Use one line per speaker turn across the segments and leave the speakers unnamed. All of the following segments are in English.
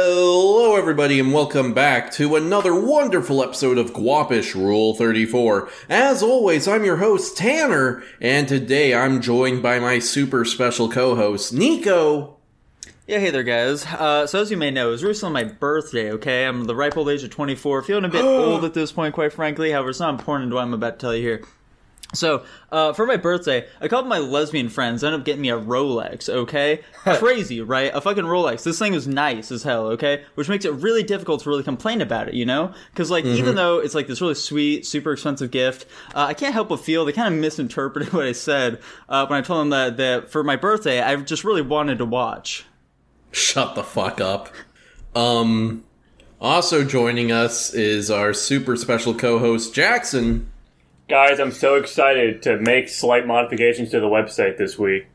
Hello, everybody, and welcome back to another wonderful episode of Guapish Rule 34. As always, I'm your host, Tanner, and today I'm joined by my super special co host, Nico.
Yeah, hey there, guys. Uh, so as you may know, it was recently my birthday. Okay, I'm the ripe old age of 24, feeling a bit old at this point, quite frankly. However, it's not important to what I'm about to tell you here. So, uh, for my birthday, a couple of my lesbian friends ended up getting me a Rolex, okay? Crazy, right? A fucking Rolex. This thing was nice as hell, okay? Which makes it really difficult to really complain about it, you know? Because, like, even though it's, like, this really sweet, super expensive gift, uh, I can't help but feel they kind of misinterpreted what I said uh, when I told them that, that for my birthday, I just really wanted to watch.
Shut the fuck up. Um, also joining us is our super special co host, Jackson.
Guys, I'm so excited to make slight modifications to the website this week.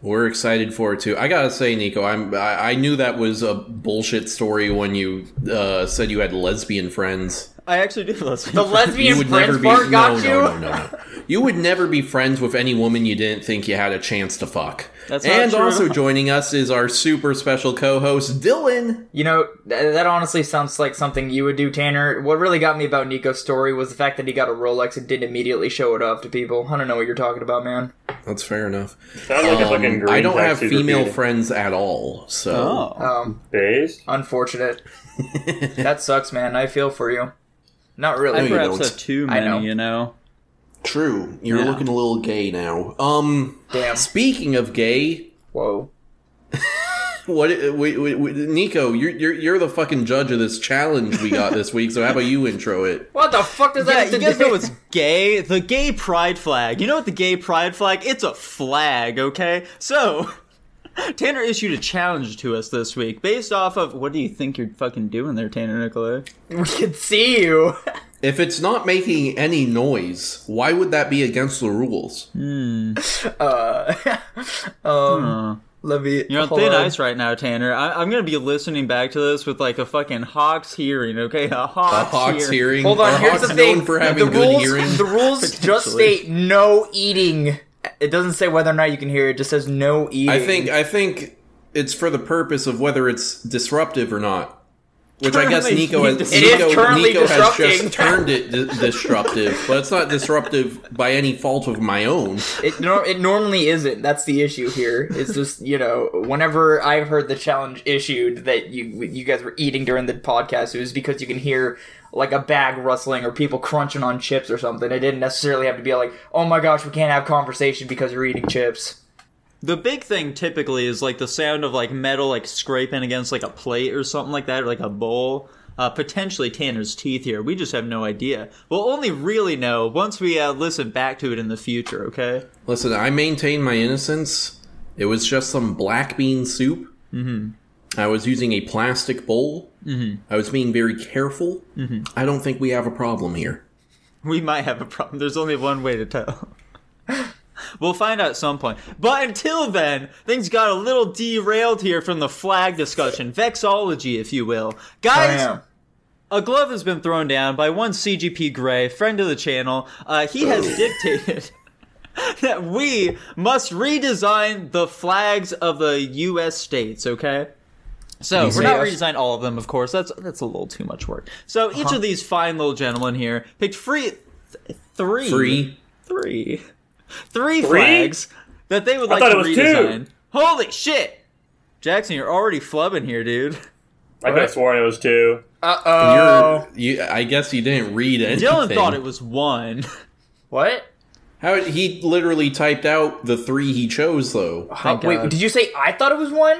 We're excited for it too. I gotta say, Nico, I'm I, I knew that was a bullshit story when you uh, said you had lesbian friends.
I actually do lesbian.
The
friends.
you
lesbian
would never
friends
be
part
no,
got you?
no, no, no, no. You would never be friends with any woman you didn't think you had a chance to fuck.
That's not
and
true.
also joining us is our super special co-host Dylan.
You know, th- that honestly sounds like something you would do, Tanner. What really got me about Nico's story was the fact that he got a Rolex and didn't immediately show it off to people. I don't know what you're talking about, man.
That's fair enough.
Sounds like a fucking
Um,
green
I don't have
tax he's
female
repeating.
friends at all, so
Oh.
Um,
Days?
unfortunate. that sucks, man. I feel for you. Not really.
I
you
perhaps
don't.
have too
I
many,
know.
you know.
true. You're
Yeah.
looking a little gay now. Um,
Damn.
speaking of gay,
Whoa.
what? Wait, wait, wait, Nico, you're, you're you're the fucking judge of this challenge we got this week. So how about you intro it?
What the fuck does
Yeah,
that
you
have to
guys
do
know what's gay? The gay pride flag. You know what the gay pride flag? It's a flag, okay? So, Tanner issued a challenge to us this week based off of what do you think you're fucking doing there, Tanner Nicolay?
We can see you.
If it's not making any noise, why would that be against the rules?
Uh, um, let me.
You're on
hold
thin ice right now, Tanner. I- I'm gonna be listening back to this with like a fucking Hawks hearing, okay? A
A
Hawks,
Hawks
hearing.
hearing.
Hold
Are
on, here's
Hawks
the thing.
known for having
the,
good
rules,
hearing?
the rules just
Potentially.
state no eating. It doesn't say whether or not you can hear it, it just says no eating.
I think I think it's for the purpose of whether it's disruptive or not. Which I guess
Currently
Nico has,
being
dis- It
Nico,
is currently
Nico has
disrupting.
just turned it di- disruptive, but it's not disruptive by any fault of my own.
it, nor- it normally isn't. That's the issue here. It's just, you know, whenever I've heard the challenge issued that you you guys were eating during the podcast, it was because you can hear like a bag rustling or people crunching on chips or something. It didn't necessarily have to be like, "Oh my gosh, we can't have conversation because you're eating chips."
The big thing typically is like the sound of like metal like scraping against like a plate or something like that, or like a bowl. Uh, potentially Tanner's teeth here. We just have no idea. We'll only really know once we uh, listen back to it in the future. Okay.
Listen, I maintain my innocence. It was just some black bean soup. Mm-hmm. I was using a plastic bowl. Mm-hmm. I was being very careful. Mm-hmm. I don't think we have a problem here.
We might have a problem. There's only one way to tell. we'll find out at some point. But until then, things got a little derailed here from the flag discussion. Vexology, if you will. Guys, a glove has been thrown down by one CGP Gray, friend of the channel. Uh, he has dictated. That we must redesign the flags of the U.S. states, okay? So we're not
Yes.
redesign all of them, of course. That's that's a little too much work. So each
Uh-huh.
of these fine little gentlemen here picked free th- three
Mm-hmm.
Free.
three three flags that they would like
thought
to
it was two.
redesign. Holy shit, Jackson, you're already flubbing here, dude.
I could have sworn it was two.
Uh oh.
You're, you, I guess you didn't read anything.
Dylan thought it was one.
What?
How he literally typed out the three he chose, though.
Thank
Uh, wait,
God.
did you say I thought it was one?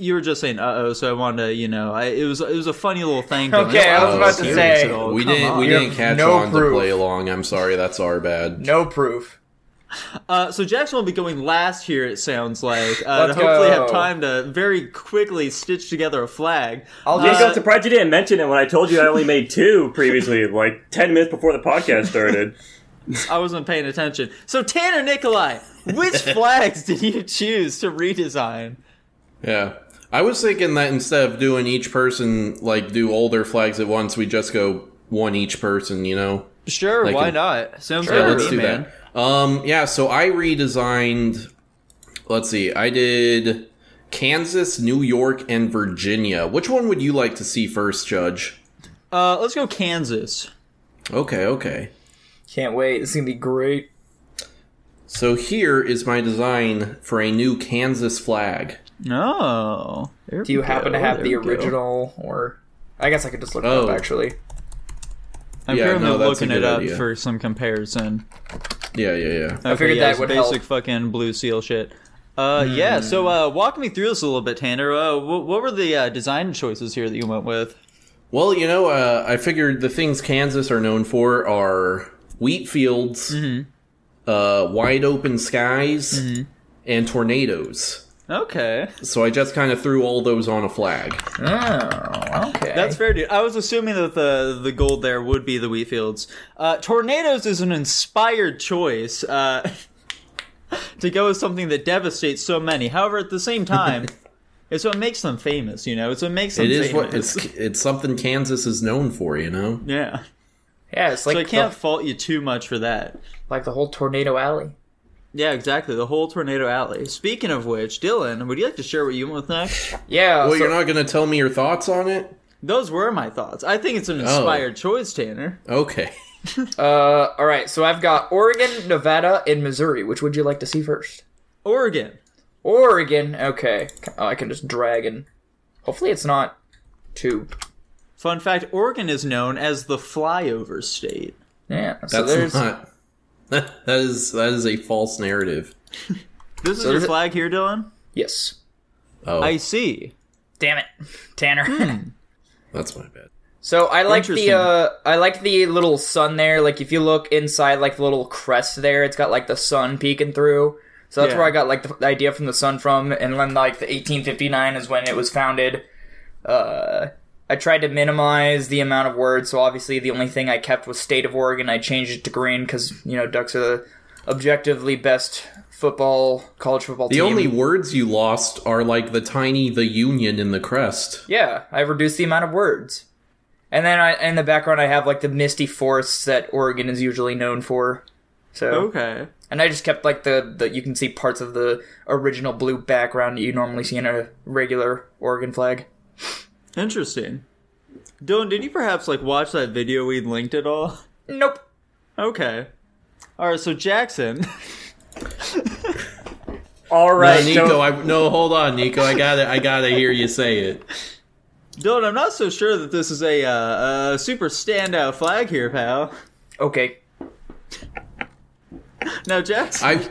You were just saying uh oh, so I wanted to, you know, I, it was it was a funny little thing. Dylan.
Okay, I was
Oh,
about to
serious
say.
at all.
we
Come
didn't.
on.
We
You
didn't
have
catch
no
on to
proof.
play along. I'm sorry, that's our bad.
No proof.
Uh, so Jackson will be going last here. It sounds like uh, to
Let's
hopefully
go.
have time to very quickly stitch together a flag.
I'll
Nico,
just
I'm surprised you didn't mention it when I told you I only made two previously, like 10 minutes before the podcast started.
I wasn't paying attention. So Tanner Nikolai, which flags did you choose to redesign?
Yeah, I was thinking that instead of doing each person like do all their flags at once, we just go one each person. You know.
Sure,
Like
why
a-
not? Sounds
Yeah,
good
let's
to
do
me, man.
that. Um, yeah, so I redesigned. Let's see, I did Kansas, New York, and Virginia. Which one would you like to see first, Judge?
Uh, let's go Kansas.
Okay, okay.
Can't wait. This is gonna be great.
So here is my design for a new Kansas flag.
Oh. there
Do you
we
happen
go,
to have
there
the
we go.
original, or I guess I could just look it
Oh.
up actually.
I'm
Yeah,
currently
no, that's a
looking it
good
up
idea.
for some comparison.
Yeah, yeah, yeah.
I
figured that would help. Hmm.
basic fucking blue seal shit. Uh, yeah. So uh, walk me through this a little bit, Tanner. Uh, wh- what were the uh, design choices here that you went with?
Well, you know, uh, I figured the things Kansas are known for are wheat fields, uh, wide open skies, and tornadoes.
Okay,
So I just kind of threw all those on a flag.
Oh, okay.
that's fair, dude. I was assuming that the the gold there would be the wheat fields. Uh, tornadoes is an inspired choice uh, to go with something that devastates so many. However, at the same time, it's what makes them famous. You know, it's what makes them.
It is
famous.
what it's it's something Kansas is known for, you know.
Yeah,
yeah, it's like
so I can't
the,
fault you too much for that.
like the whole tornado alley.
Yeah, exactly. The whole tornado alley. Speaking of which, Dylan, would you like to share what you went with next?
Yeah.
Well,
Uh, so-
you're not going to tell me your thoughts on it.
Those were my thoughts. I think it's an inspired choice, Tanner.
Okay.
Uh, all right, so I've got Oregon, Nevada, and Missouri. Which would you like to see first?
Oregon.
Oregon. Okay. Oh, I can just drag and hopefully it's not too.
Fun fact: Oregon is known as the flyover state.
Yeah. so
That's
there's
not That is that is a false narrative.
This is
So
your
is it-
flag here, Dylan.
yes.
Oh,
I see.
Damn it, Tanner.
Hmm. that's my bad.
So I like the
Interesting.
uh, I like the little sun there. Like if you look inside, like the little crest there, it's got like the sun peeking through. So that's
Yeah.
where I got like the, the idea from the sun from, and then like the 1859 is when it was founded. Uh, I tried to minimize the amount of words, so obviously the only thing I kept was state of Oregon. I changed it to green because you know Ducks are the objectively best football college football
The
team.
only words you lost are like the tiny the union in the crest.
Yeah, I reduced the amount of words. And then I, in the background, I have like the misty forests that Oregon is usually known for. So,
Okay.
and I just kept like the, the you can see parts of the original blue background that you normally see in a regular Oregon flag.
Interesting. Dylan, did you perhaps like watch that video we linked at all?
Nope.
Okay. All right. So Jackson.
All
No,
right,
Uh, Nico,
so
I no, hold on, Nico. I got to I got to hear you say it.
Dylan, I'm not so sure that this is a uh, a super standout flag here, pal.
Okay.
Now, Jackson.
I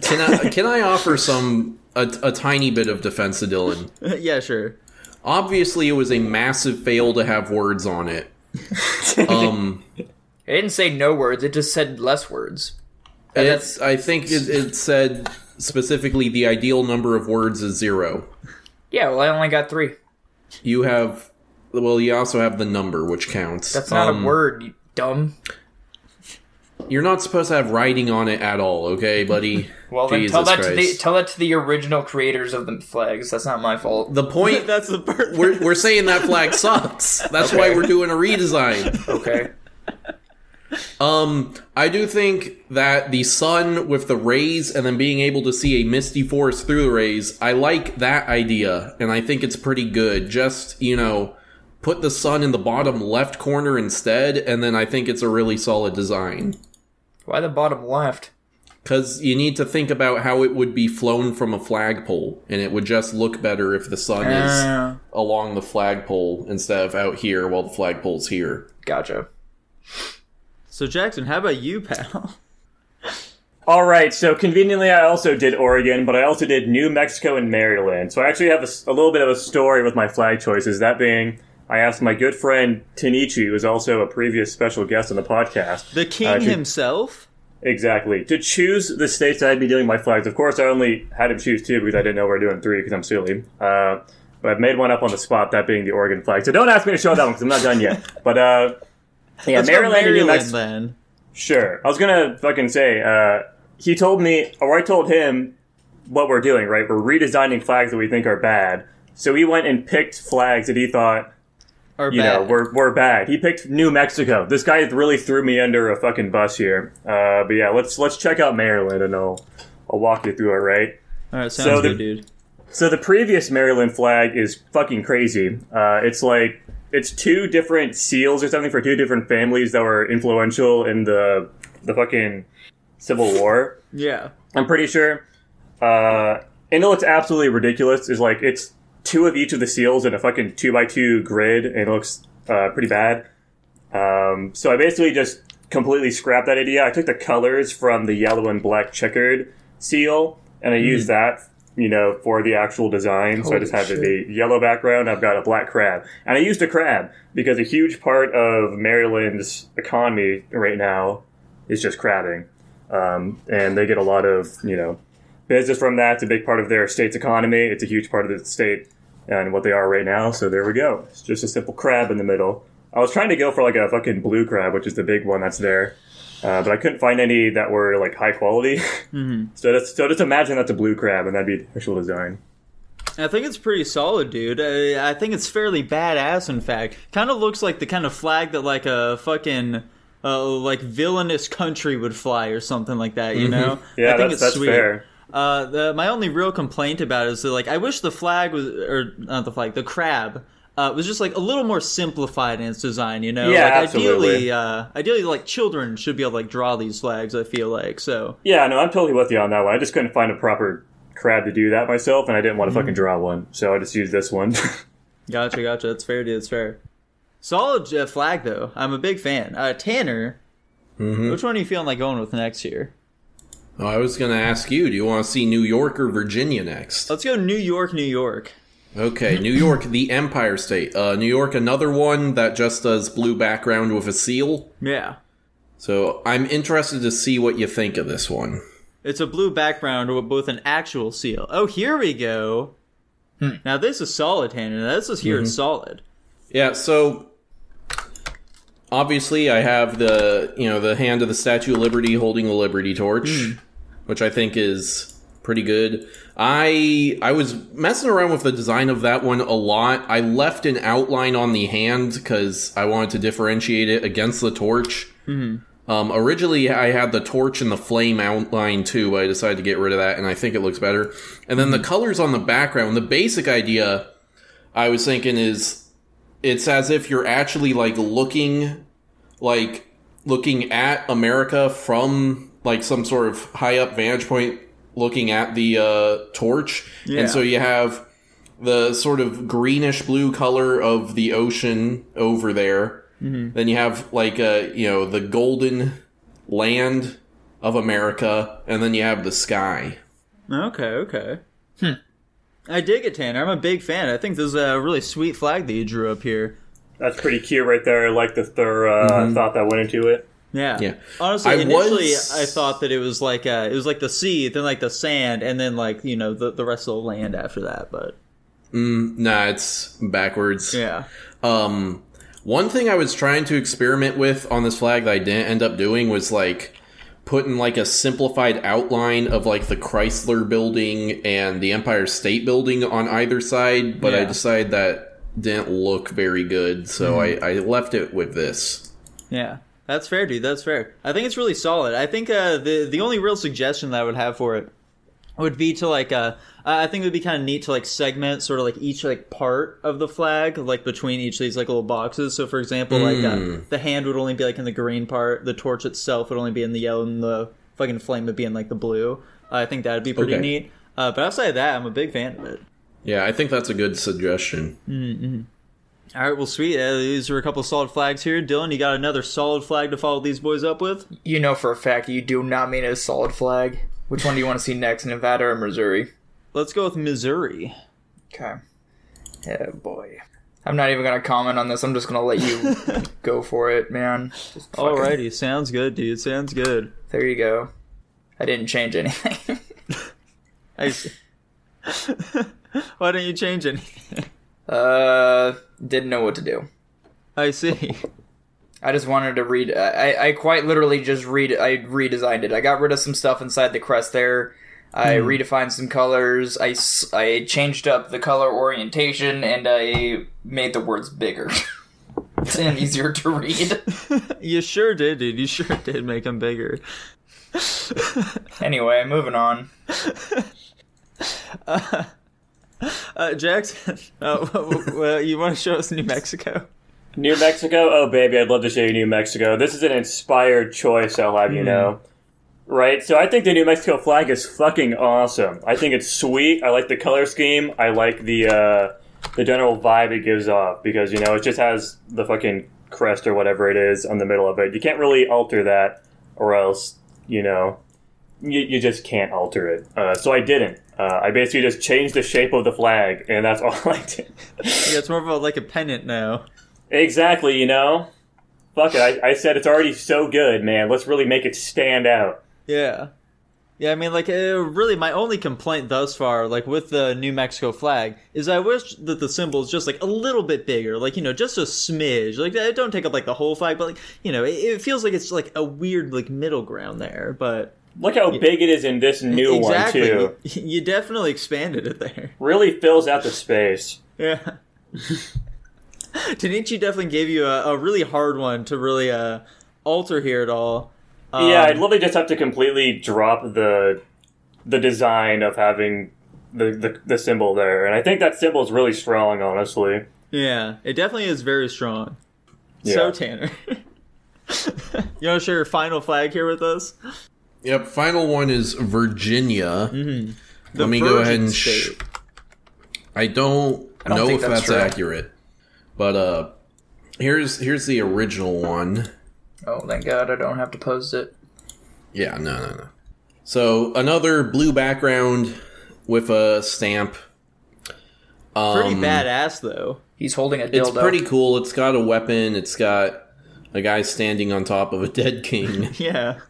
can I can I offer some a, a tiny bit of defense to Dylan.
yeah, sure.
Obviously, it was a massive fail to have words on it. Um,
It didn't say no words. It just said less words.
it's, I think it, it said specifically the ideal number of words is zero.
Yeah. Well, I only got three.
You have well, you also have the number which counts.
That's not
Um,
a word. You dumb.
You're not supposed to have writing on it at all, okay, buddy?
Well, then
Jesus
tell that to the
Christ.
tell that to the original creators of the flags. That's not my fault.
the point
That's the part.
we're, we're saying that flag sucks. That's why
Okay.
we're doing a redesign.
Okay.
Um, I do think that the sun with the rays and then being able to see a misty forest through the rays, I like that idea, and I think it's pretty good. Just you know, put the sun in the bottom left corner instead, and then I think it's a really solid design.
Why the bottom left?
Because you need to think about how it would be flown from a flagpole, and it would just look better if the sun is
Uh,
along the flagpole instead of out here while the flagpole's here.
gotcha.
So Jackson, how about you, pal?
all right, so conveniently, I also did Oregon, but I also did New Mexico and Maryland. So I actually have a, s- a little bit of a story with my flag choices. That being, I asked my good friend Tanichi, who was also a previous special guest on the podcast,
The king
Uh, to-
himself?
Exactly. To choose the states I'd be doing my flags, of course, I only had him choose two because I didn't know we were doing three because I'm silly. Uh, but I've made one up on the spot, that being the Oregon flag. So don't ask me to show that one because I'm not done yet. But uh, yeah,
Let's go
Maryland, and New
Maryland,
Mexico.
then.
Sure. I was gonna fucking say, uh, he told me, or I told him what we're doing, right? We're redesigning flags that we think are bad. So he went and picked flags that he thought,
Or
you know,
bad.
were, were bad. He picked New Mexico. This guy really threw me under a fucking bus here. Uh, but yeah, let's let's check out Maryland and I'll I'll walk you through it, right?
All right, sounds
so the-
good, dude.
So the previous Maryland flag is fucking crazy. Uh, it's like it's two different seals or something for two different families that were influential in the the fucking Civil War.
Yeah.
I'm pretty sure. Uh, and it looks absolutely ridiculous. Is like it's two of each of the seals in a fucking two by two grid, and it looks uh, pretty bad. Um, so I basically just completely scrapped that idea. I took the colors from the yellow and black checkered seal, and I used that, you know, for the actual design. so I
Hmm. Holy
just have
shit.
the yellow background. I've got a black crab, and I used a crab because a huge part of Maryland's economy right now is just crabbing, um, and they get a lot of you know business from that. It's a big part of their state's economy. It's a huge part of the state and what they are right now. So there we go. It's just a simple crab in the middle. I was trying to go for like a fucking blue crab, which is the big one that's there, uh, but I couldn't find any that were like high quality.
Mm-hmm.
so that's so just imagine that's a blue crab, and that'd be the actual design.
I think it's pretty solid, dude. Uh, I, I think it's fairly badass. In fact, kind of looks like the kind of flag that like a fucking uh, like villainous country would fly or something like that. You know?
Mm-hmm. Yeah,
I think
that's
it's
that's
sweet.
fair.
Uh, the, my only real complaint about it is that, like, I wish the flag was, or not the flag, the crab uh, was just like a little more simplified in its design. You know,
Yeah,
like, ideally,
absolutely.
uh, ideally, like children should be able to like draw these flags. I feel like so.
Yeah, no, I'm totally with you on that one. I just couldn't find a proper crab to do that myself, and I didn't
Mm-hmm.
want to fucking draw one, so I just used this one.
Gotcha, gotcha. That's fair, dude. That's fair. Solid uh, flag, though. I'm a big fan. Uh, Tanner,
Mm-hmm.
which one are you feeling like going with next year?
Oh, I was going to ask you, do you want to see New York or Virginia next?
Let's go New York, New York.
Okay, New York, the Empire State. Uh, New York, another one that just does blue background with a seal.
Yeah.
So I'm interested to see what you think of this one.
It's a blue background with both an actual seal. Oh, here we go.
Hmm.
Now, this is solid, Tanner. Now, This is here
Mm-hmm.
is solid.
Yeah, so obviously I have the you know the hand of the Statue of Liberty holding the Liberty torch, which I think is pretty good. I I was messing around with the design of that one a lot. I left an outline on the hand because I wanted to differentiate it against the torch. Um, originally, I had the torch and the flame outline too, but I decided to get rid of that, and I think it looks better. And then the colors on the background. The basic idea I was thinking is it's as if you're actually like looking like looking at america from like some sort of high up vantage point looking at the uh, torch
Yeah.
and so you have the sort of greenish blue color of the ocean over there
Mm-hmm.
then you have like uh you know the golden land of america and then you have the sky
Okay, okay.
Hmm.
I dig it, Tanner. I'm a big fan. I think this is a really sweet flag that you drew up here.
that's pretty cute right there. I like the thir- uh,
Mm-hmm.
thought that went into it.
Yeah.
Yeah.
Honestly,
I
initially
was-
I thought that it was like uh, it was like the sea, then like the sand, and then like you know the the rest of the land after that. But
nah it's backwards
yeah,
Um, one thing I was trying to experiment with on this flag that I didn't end up doing was like putting like a simplified outline of like the Chrysler building and the Empire State building on either side, but I
Yeah.
decided that didn't look very good, so I, I left it with this.
yeah, that's fair, dude. That's fair. I think it's really solid. I think uh, the the only real suggestion that I would have for it would be to like uh, I I think it would be kind of neat to like segment sort of like each like part of the flag like between each of these like little boxes. So for example, like uh, the hand would only be like in the green part, the torch itself would only be in the yellow, and the fucking flame would be in like the blue. Uh, I think that'd be pretty
Okay.
neat. Uh, but outside of that, I'm a big fan of it.
Yeah, I think that's a good suggestion.
All right, well, sweet. Uh, these are a couple solid flags here. Dylan, you got another solid flag to follow these boys up with?
You know for a fact you do not mean a solid flag. Which one do you want to see next, Nevada or Missouri?
Let's go with Missouri.
Okay. Oh boy. I'm not even gonna comment on this. I'm just gonna let you go for it, man. Just fucking-
Alrighty, sounds good, dude. Sounds good.
There you go. I didn't change anything.
I s- Why don't you change anything?
uh, didn't know what to do.
I see.
I just wanted to read. I, I quite literally just read. I redesigned it. I got rid of some stuff inside the crest there. I
Hmm.
redefined some colors. I, s- I changed up the color orientation and I made the words bigger and easier to read.
You sure did, dude. You sure did make them bigger.
Anyway, moving on.
Uh, Jackson, uh, w- w- uh, you want to show us New Mexico?
New Mexico? Oh, baby, I'd love to show you New Mexico. This is an inspired choice, I'll have you know. Right? So I think the New Mexico flag is fucking awesome. I think it's sweet. I like the color scheme. I like the uh, the general vibe it gives off because, you know, it just has the fucking crest or whatever it is on the middle of it. You can't really alter that or else, you know, you, you just can't alter it. Uh, so I didn't. Uh, I basically just changed the shape of the flag, and that's all I did.
Yeah, it's more of a, like a pennant now.
Exactly, you know? Fuck it. I, I said it's already so good, man. Let's really make it stand out.
Yeah. Yeah, I mean, like, uh, really, my only complaint thus far, like, with the New Mexico flag, is I wish that the symbol is just, like, a little bit bigger. Like, you know, just a smidge. Like, it don't take up, like, the whole flag, but, like, you know, it, it feels like it's, like, a weird, like, middle ground there. But,
Look how big it is in this new
exactly.
one, too.
You, you definitely expanded it there.
Really fills out the space.
Yeah. Tanichi definitely gave you a, a really hard one to really uh, alter here at all. Um,
yeah, I'd literally just have to completely drop the the design of having the, the, the symbol there. And I think that symbol is really strong, honestly.
yeah, it definitely is very strong.
Yeah.
So Tanner, you want to share your final flag here with us?
Yep, final one is Virginia.
The
Let me go
Virgin
ahead and. Sh-
State.
I don't,
don't
know
think
if
that's
that's,
true.
accurate, but uh, here's here's the original one.
Oh, thank God I don't have to post it.
Yeah, no, no, no. So another blue background with a stamp. Um,
Pretty badass though.
He's holding a
It's
dildo.
pretty cool. It's got a weapon. It's got a guy standing on top of a dead king.
Yeah,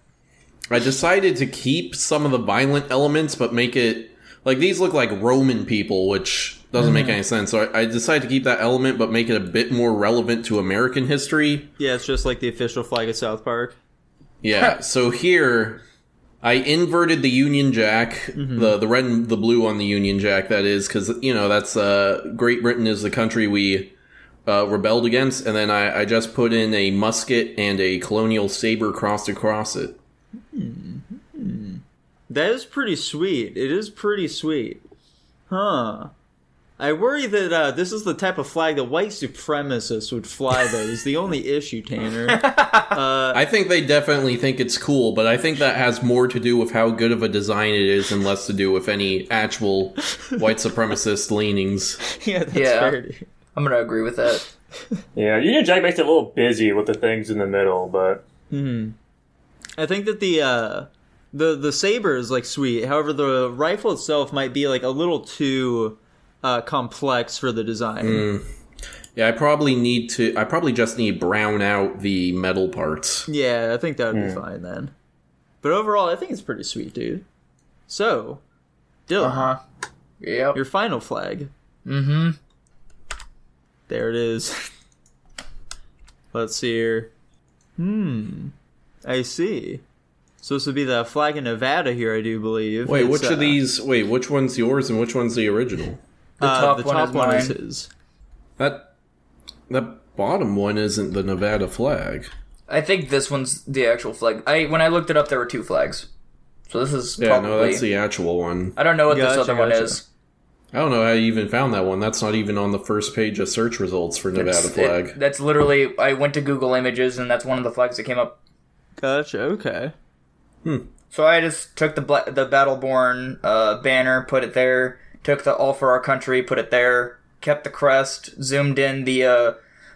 I decided to keep some of the violent elements, but make it like these look like Roman people, which doesn't make any sense. So I, I decided to keep that element, but make it a bit more relevant to American history.
yeah. It's just like the official flag of South Park.
Yeah. so here, I inverted the Union Jack, the the red and the blue on the Union Jack. That is because you know that's uh, Great Britain is the country we uh, rebelled against, and then I, I just put in a musket and a colonial saber crossed across it.
That is pretty sweet. It is pretty sweet. Huh. I worry that uh, this is the type of flag that white supremacists would fly, though, is the only issue, Tanner.
I think they definitely think it's cool, but I think that has more to do with how good of a design it is and less to do with any actual white supremacist leanings.
yeah, that's
Yeah.
fair. dude.
I'm gonna agree with that.
Yeah, Union Jack makes it a little busy with the things in the middle, but
I think that the uh, the the saber is like sweet. However, the rifle itself might be like a little too uh, complex for the design.
Yeah, I probably need to. I probably just need brown out the metal parts.
Yeah, I think that would be fine then. But overall, I think it's pretty sweet, dude. So, Dylan,
Uh huh. Yep.
your final flag.
Mm-hmm.
There it is. Let's see here. Hmm. I see. So this would be the flag of Nevada here, I do believe.
Wait,
It's,
which
uh,
of these? Wait, which one's yours and which one's the original?
The
uh,
top
the
one
top
is
one is
mine.
his.
That that bottom one isn't the Nevada flag.
I think this one's the actual flag. I when I looked it up, there were two flags. So this is
Yeah,
probably.
no, that's the actual one.
I don't know what this
Gotcha,
other one
gotcha.
is.
I don't know how you even found that one. That's not even on the first page of search results for Nevada
It's-
flag.
it- that's literally. I went to Google Images, and that's one of the flags that came up.
Gotcha. Okay.
So I just took the bla- the Battleborn uh, banner, put it there. Took the All for Our Country, put it there. Kept the crest, zoomed in the uh,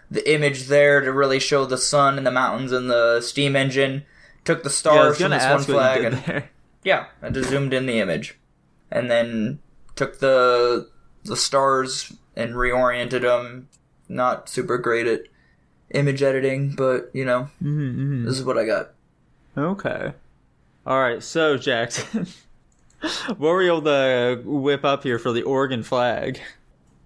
the image there to really show the sun and the mountains and the steam engine. Took
Yeah,
the
I
stars
was
from
gonna
this one
ask what
flag
you
and
did there.
Yeah, I just zoomed in the image, and then took the the stars and reoriented them. Not super great at image editing, but you know,
Hmm.
this is what I got.
Mm-hmm, Okay. All right. So Jackson, what were you able to whip up here for the Oregon flag?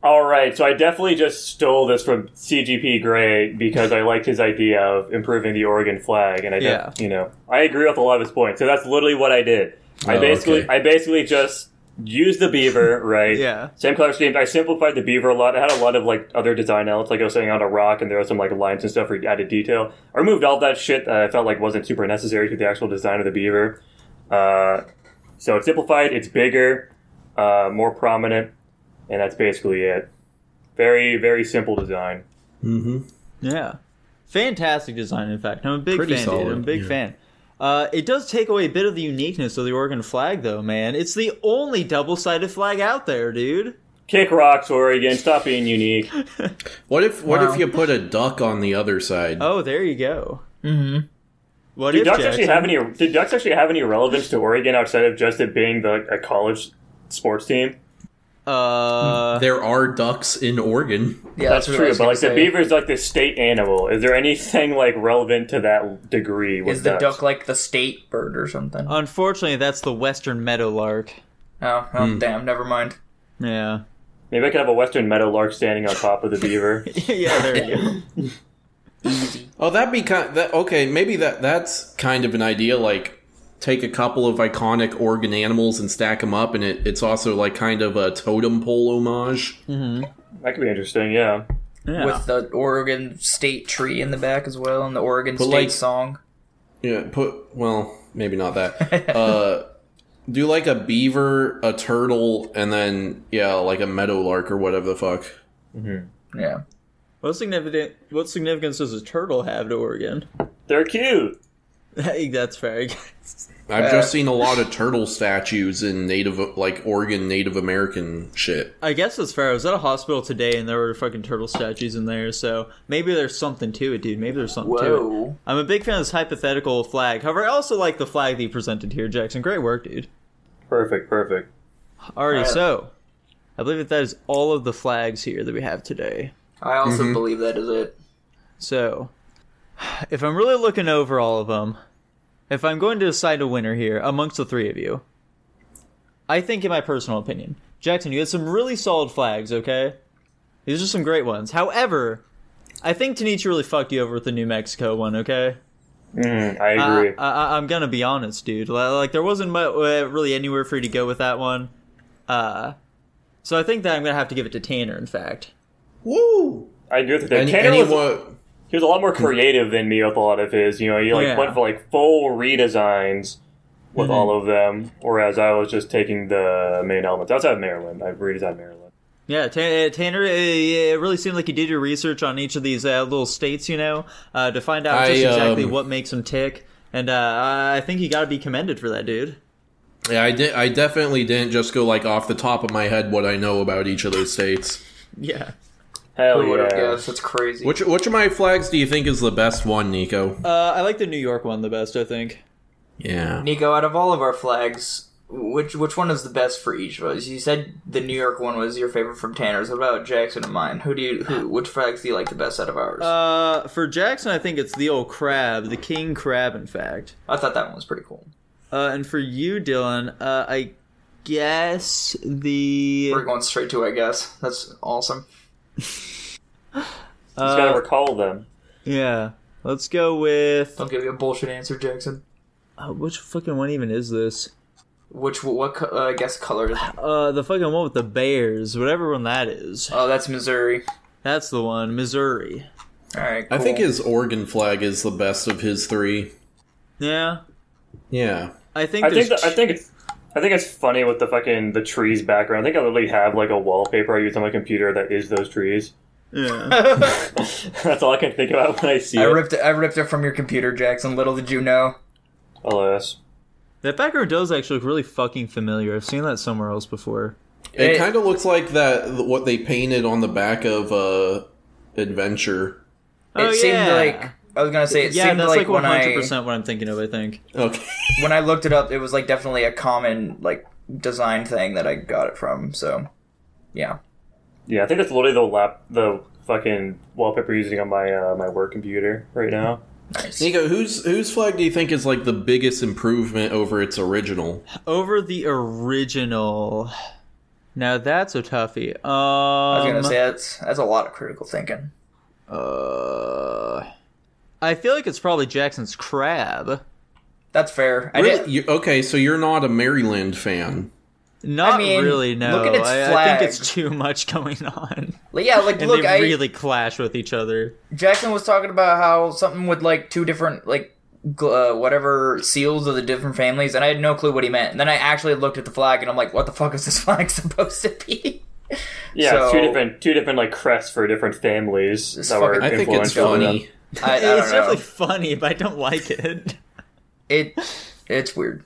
All right, so I definitely just stole this from CGP Grey because I liked his idea of improving the Oregon flag, and I, def- you know, I agree with a lot of his points. So that's literally what I did. I
Oh,
basically,
okay.
I basically just used the beaver, right?
Yeah.
Same color scheme. I simplified the beaver a lot. I had a lot of like other design elements, like I was saying on a rock, and there was some like lines and stuff for added detail. I removed all that shit that I felt like wasn't super necessary to the actual design of the beaver. Uh, so it's simplified. It's bigger, uh, more prominent. and that's basically it. Very very simple design.
Mm-hmm.
Yeah. Fantastic design, in fact. I'm a big
Pretty
fan, dude. I'm a
solid,
big
yeah.
fan. Uh, it does take away a bit of the uniqueness of the Oregon flag, though, man. It's the only double sided flag out there, dude.
Kick rocks, Oregon. Stop being unique.
What if what
Wow.
if you put a duck on the other side?
Oh, there you go.
Mhm.
What
Do
if
ducks
Jackson?
actually have any? Do ducks actually have any relevance to Oregon outside of just it being the a college sports team?
uh,
There are ducks in Oregon.
Yeah,
That's,
what I
true,
was
but
gonna
like the
say.
beaver is like the state animal. Is there anything like relevant to that degree? With
Is the
ducks?
duck like the state bird or something?
Uh,
Oh,
unfortunately, that's the Western Meadowlark.
oh
Hmm.
damn, never mind.
Yeah.
Maybe I could have a western meadowlark standing on top of the beaver.
yeah, there you go.
Oh, that'd be kind. That okay? Maybe that that's kind of an idea. Like, take a couple of iconic Oregon animals and stack them up, and it, it's also like kind of a totem pole homage.
that could be interesting. Yeah.
Yeah.
With the Oregon state tree in the back as well, and the Oregon state
like-
song.
Yeah. Put well, maybe not that. uh, do like a beaver, a turtle, and then yeah, like a meadowlark or whatever the fuck.
Yeah.
what, significant, what significance does a turtle have to Oregon?
They're cute.
Hey, that's fair. I guess.
I've
Uh,
just seen a lot of turtle statues in native, like Oregon Native American shit.
I guess that's fair. I was at a hospital today and there were fucking turtle statues in there, so maybe there's something to it, dude. Maybe there's something to it.
Whoa.
I'm a big fan of this hypothetical flag. However, I also like the flag that you presented here, Jackson. Great work, dude.
Perfect. Perfect.
Alrighty,
Alright.
so I believe that that is all of the flags here that we have today.
I also
Mm-hmm.
believe that is it.
So, if I'm really looking over all of them, if I'm going to decide a winner here amongst the three of you, I think, in my personal opinion, Jackson, you had some really solid flags, okay? These are some great ones. However, I think Tanichi really fucked you over with the New Mexico one, okay?
Mm, I
I,
Uh,
agree.
I, I'm gonna be honest, dude. Li- Like, there wasn't mu- uh, really anywhere for you to go with that one. Uh, so I think that I'm gonna have to give it to Tanner, in fact.
Woo!
I agree with that.
Any,
Tanner was-
anyone?
he was a lot more creative than me with a lot of his. You know, he like
Yeah.
went for like full redesigns with
Mm-hmm.
Mhm.
all of them, whereas I was just taking the main elements outside of Maryland. I redesigned Maryland.
Yeah, Ta- uh, Tanner, uh, yeah, it really seemed like you did your research on each of these uh, little states, you know, uh, to find out just
I,
exactly
um,
what makes them tick. And uh, I think you got to be commended for that, dude.
Yeah, I did. I definitely didn't just go like off the top of my head what I know about each of those states.
Yeah.
Hell
Who would have
yeah!
guessed? That's crazy.
Which which of my flags do you think is the best one, Nico?
Uh, I like the New York one the best, I think.
Yeah,
Nico, out of all of our flags, which which one is the best for each of us? You said the New York one was your favorite from Tanner's. What about Jackson and mine? Who do you who which flags do you like the best out of ours?
Uh, for Jackson, I think it's the old crab, the king crab, in fact.
I thought that one was pretty cool.
Uh, and for you, Dylan, uh, I guess the.
We're going straight to it, I guess. That's awesome.
Just gotta
Uh,
recall them.
yeah. Let's go with.
Don't give me a bullshit answer, Jackson.
Uh, which fucking one even is this?
Which what co- uh, I guess color? Is
Uh, the fucking one with the bears, whatever one that is.
oh, that's Missouri.
That's the one, Missouri.
All right.
I
cool.
think his Oregon flag is the best of his three.
Yeah,
Yeah,
I think.
I think
there's
that, I think it's I think it's funny with the fucking the trees background. I think I literally have like a wallpaper I use on my computer that is those trees.
Yeah.
That's all I can think about when I see
I
it.
ripped it, I ripped it from your computer, Jackson. Little did you know.
Alas.
that background does actually look really fucking familiar. I've seen that somewhere else before.
it,
It-
kind of looks like that what they painted on the back of uh, Adventure.
It
oh
seemed
yeah.
like I was gonna say it
yeah,
seemed
that's like
like,
one
when
hundred
I
percent what I'm thinking of. I think.
Okay,
when I looked it up, it was like definitely a common like design thing that I got it from. So, yeah,
Yeah, I think that's literally the lap the fucking wallpaper I'm using on my uh, my work computer right now.
nice.
Nico, whose whose flag do you think is like the biggest improvement over its original?
Over the original. Now that's a toughie. Um,
I was gonna say that's that's a lot of critical thinking.
uh, I feel like it's probably Jackson's crab.
That's fair. I
Really?
did.
You- okay, so you're not a Maryland fan.
Not
I mean,
really. No,
look at its
I, I think it's
flag.
too much going on,
Like, Yeah, like
and
look,
they
I
really clash with each other.
Jackson was talking about how something with like two different like gl- uh, whatever seals of the different families, and I had no clue what he meant. And then I actually looked at the flag, and I'm like, what the fuck is this flag supposed to be?
Yeah,
So-
two different two different like crests for different families
It's
that were
fucking-
I think it's
influential in
funny.
them.
I, I don't
it's
know.
definitely funny, but I don't like it.
It it's weird.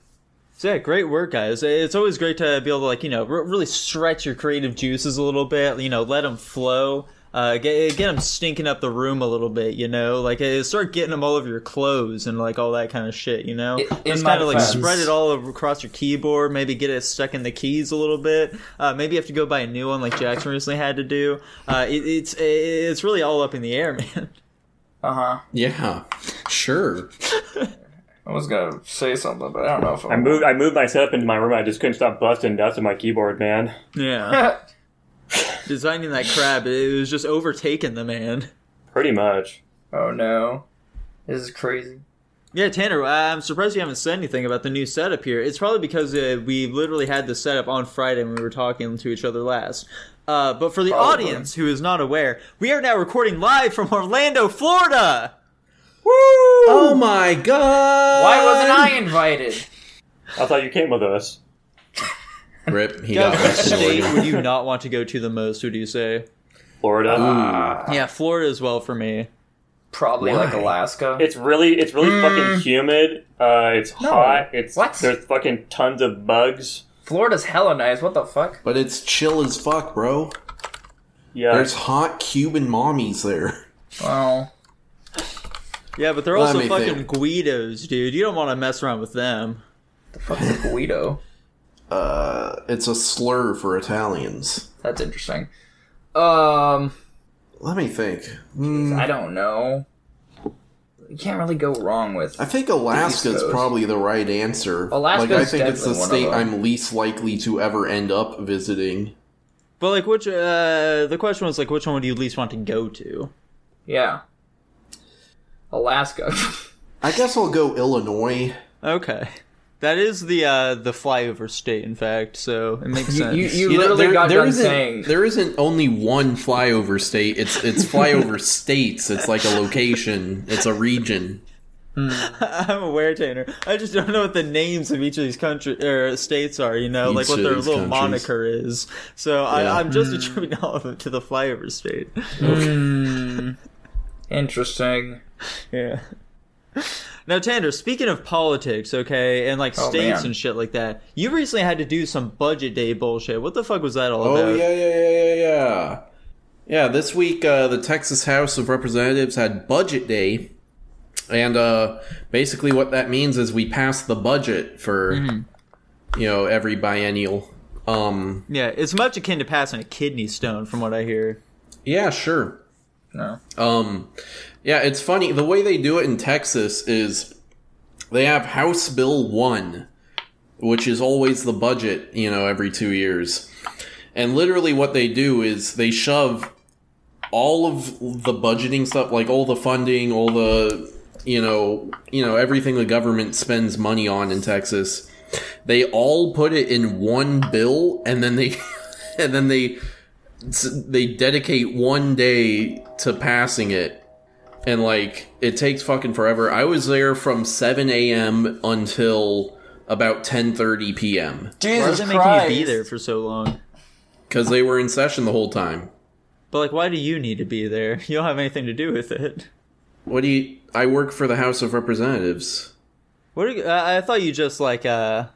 So yeah, great work, guys. It's always great to be able to like you know re- really stretch your creative juices a little bit. You know, let them flow. Uh, get get them stinking up the room a little bit. You know, like uh, start getting them all over your clothes and like all that kind of shit. You know,
In- in
just
my
kind of like
defense-
spread it all over, across your keyboard. Maybe get it stuck in the keys a little bit. Uh, maybe you have to go buy a new one like Jackson recently had to do. Uh, it, it's it's really all up in the air, man.
Uh huh.
Yeah, sure.
I was gonna say something, but I don't know if
I moved I moved my setup into my room. I just couldn't stop busting nuts on my keyboard, man.
Yeah,
I
designing that crab, it was just overtaking the man.
Pretty much.
oh no, this is crazy.
Yeah, Tanner, I'm surprised you haven't said anything about the new setup here. It's probably because uh, we literally had the setup on Friday when we were talking to each other last. Uh, but for the
Probably.
audience who is not aware, we are now recording live from Orlando, Florida.
Oh my god!
Why wasn't I invited?
I thought you came with us.
Rip. He
God,
got
which
back to
state
Oregon.
would you not want to go to the most? Would you say?
Florida.
Ah.
Yeah, Florida as well for me.
Probably like
Why?
Alaska.
It's really it's really fucking humid. Uh, it's
Mm. No.
hot. It's
What?
there's fucking tons of bugs.
Florida's hella nice. What the fuck?
But it's chill as fuck, bro.
Yeah.
There's hot Cuban mommies there.
Well,
Yeah, but they're
Let
also
me
fucking
think.
Guidos, dude. You don't want to mess around with them.
the fuck's a Guido?
Uh, it's a slur for Italians.
That's interesting. Um,
Let me think. Hmm,
I don't know. You can't really go wrong with.
I think Alaska's
East Coast.
probably the right answer.
Alaska's
like, I think it's the
definitely one of
state
them.
I'm least likely to ever end up visiting.
But like, which uh, the question was like, which one would you least want to go to?
Yeah. Alaska.
I guess I'll go Illinois.
Okay. That is the uh the flyover state, in fact, so it makes
you,
sense.
you, you
You know,
literally
there-
got
there
done
isn't-
saying.
there isn't only one flyover state. It's it's flyover states. It's like a location. It's a region.
I'm aware, Tanner. I just don't know what the names of each of these country or states are. You know, like
Each
what
of
their
these
little
countries.
moniker is. So
Yeah.
I, I'm just attributing all of it to the flyover state.
Hmm. interesting.
Yeah. Now, Tanner, speaking of politics, okay, and like
Oh,
states
man.
and shit like that, you recently had to do some budget day bullshit. What the fuck was that all
Oh
about?
yeah, yeah, yeah, yeah, yeah. Yeah, this week uh, the Texas House of Representatives had Budget Day, and uh, basically what that means is we pass the budget for you know every biennial. Um,
Yeah, it's much akin to passing a kidney stone, from what I hear.
yeah, sure.
No.
Um, yeah, it's funny. The way they do it in Texas is they have House Bill 1, which is always the budget, you know, every two years. And literally what they do is they shove all of the budgeting stuff, like all the funding, all the, you know, you know, everything the government spends money on in Texas. They all put it in one bill and then they, and then they, they dedicate one day to passing it and like it takes fucking forever i was there from 7 a.m until about 10.30 p.m
Why
Jesus
was it
Christ.
making you be there for so long?
because they were in session the whole time
But like, why do you need to be there? You don't have anything to do with it.
what do you i work for the house of representatives
What? Are you, I I thought you just like. uh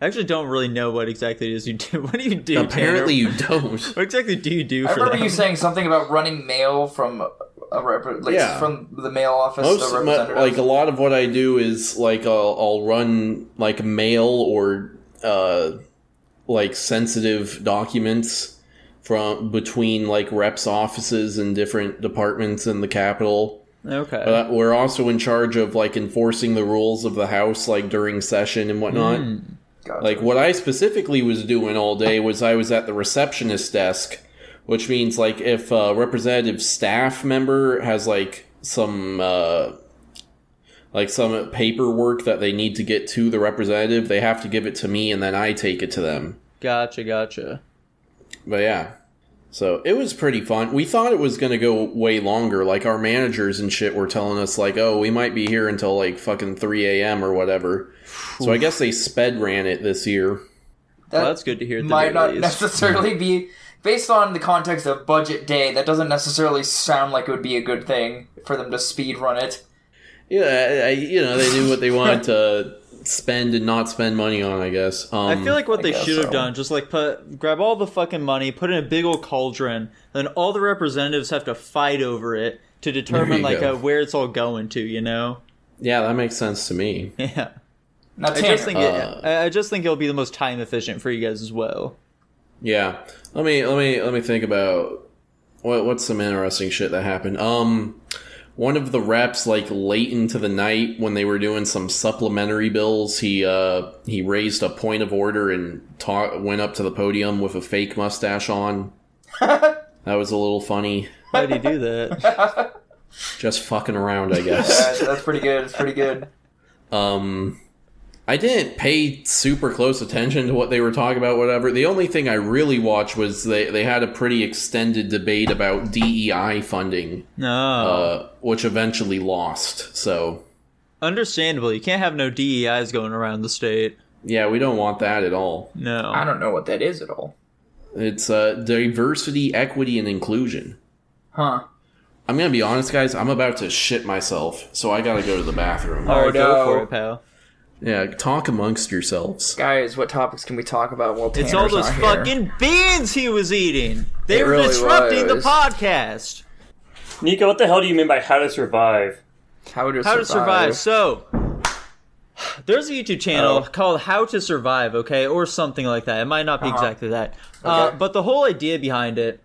I actually don't really know what exactly it is you do. What do you do?
apparently
Tanner?
you don't
what exactly do you do
I
for
remember
them?
you saying something about running mail from a rep- like
Yeah.
from the mail office
most
to
of my-
representative.
like a lot of what i do is like i'll, I'll run like mail or uh like sensitive documents from between like reps offices and different departments in the capitol
okay.
but we're also in charge of like enforcing the rules of the house like during session and whatnot
Gotcha.
like what I specifically was doing all day was I was at the receptionist desk, which means like if a representative staff member has like some uh, like some paperwork that they need to get to the representative, they have to give it to me and then I take it to them.
gotcha. Gotcha.
But yeah. So it was pretty fun. We thought it was going to go way longer. Like our managers and shit were telling us, like, oh, we might be here until like fucking 3 a.m. or whatever. So I guess they sped ran it this year.
That
Well, that's good to hear. At the
might
very
not
least.
necessarily be based on the context of budget day, that doesn't necessarily sound like it would be a good thing for them to speed run it.
Yeah, I, I, you know, they do what they want to spend and not spend money on, I guess. Um,
I feel like what
I
they
guess
should have
so.
done, just like put grab all the fucking money, put it in a big old cauldron, then all the representatives have to fight over it to determine
you
like
go.
uh, where it's all going to. You know?
yeah, that makes sense to me.
Yeah.
Now,
I
Tanner,
just think it,
Uh,
I I just think it'll be the most time efficient for you guys as well.
Yeah. Let me let me let me think about what what's some interesting shit that happened. Um one of the reps like late into the night when they were doing some supplementary bills, he uh he raised a point of order and ta- went up to the podium with a fake mustache on. that was a little funny.
Why do you do that?
Just fucking around, I guess.
uh, that's pretty good. It's pretty good.
Um, I didn't pay super close attention to what they were talking about, whatever. The only thing I really watched was they, they had a pretty extended debate about DEI funding,
No,
uh, which eventually lost. So,
understandable. You can't have no DEIs going around the state.
yeah, we don't want that at all.
No,
I don't know what that is at all.
It's uh, diversity, equity, and inclusion.
Huh.
I'm going to be honest, guys, I'm about to shit myself, so I got to go to the bathroom.
All right,
no.
go for it, pal.
Yeah, talk amongst yourselves.
Guys, what topics can we talk about while
It's
Tanner's
all those
not here?
fucking beans he was eating. They
It
were
really
disrupting
was.
the podcast.
Nico, what the hell do you mean by how to survive?
How to
How
survive.
to survive. So there's a YouTube channel
Oh.
called How to Survive, okay, or something like that. It might not be exactly that, uh,
Okay.
but the whole idea behind it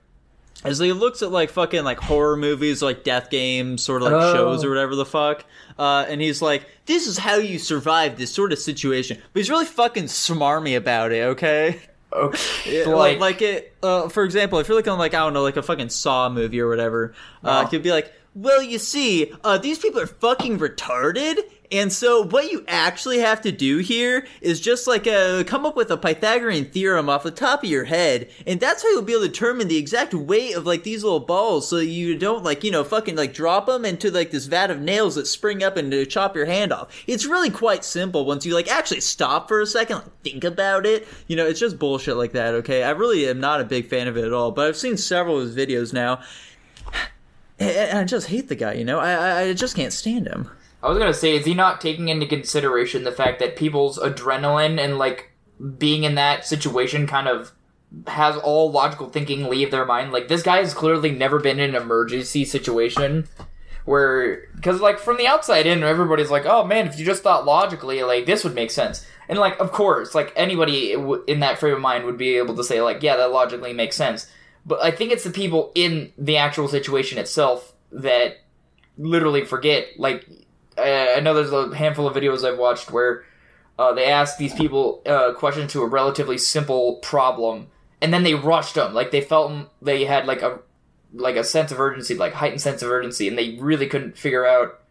is they looked at like fucking like horror movies, like death games, sort of like
Oh.
shows or whatever the fuck. Uh, and he's like, "This is how you survive this sort of situation," but he's really fucking smarmy about it, okay?
Okay.
Yeah, like, like it uh, for example if you're looking like i don't know like a fucking saw movie or whatever uh,
Uh-huh.
it could be like well you see uh, these people are fucking retarded and so what you actually have to do here is just like uh, come up with a pythagorean theorem off the top of your head and that's how you'll be able to determine the exact weight of like these little balls so you don't like you know fucking like drop them into like this vat of nails that spring up and uh, chop your hand off it's really quite simple once you like actually stop for a second like think about it you know it's just bullshit like that okay i really am not a big fan of it at all but i've seen several of his videos now and I just hate the guy, you know. I, I I just can't stand him.
I was gonna say, is he not taking into consideration the fact that people's adrenaline and like being in that situation kind of has all logical thinking leave their mind? Like this guy has clearly never been in an emergency situation where, because like from the outside in, everybody's like, oh man, if you just thought logically, like this would make sense. And like, of course, like anybody w- in that frame of mind would be able to say like, yeah, that logically makes sense. But I think it's the people in the actual situation itself that literally forget like uh, I know there's a handful of videos I've watched where uh, they ask these people uh, questions to a relatively simple problem, and then they rushed them. Like they felt m- they had like a like a sense of urgency, like heightened sense of urgency, and they really couldn't figure out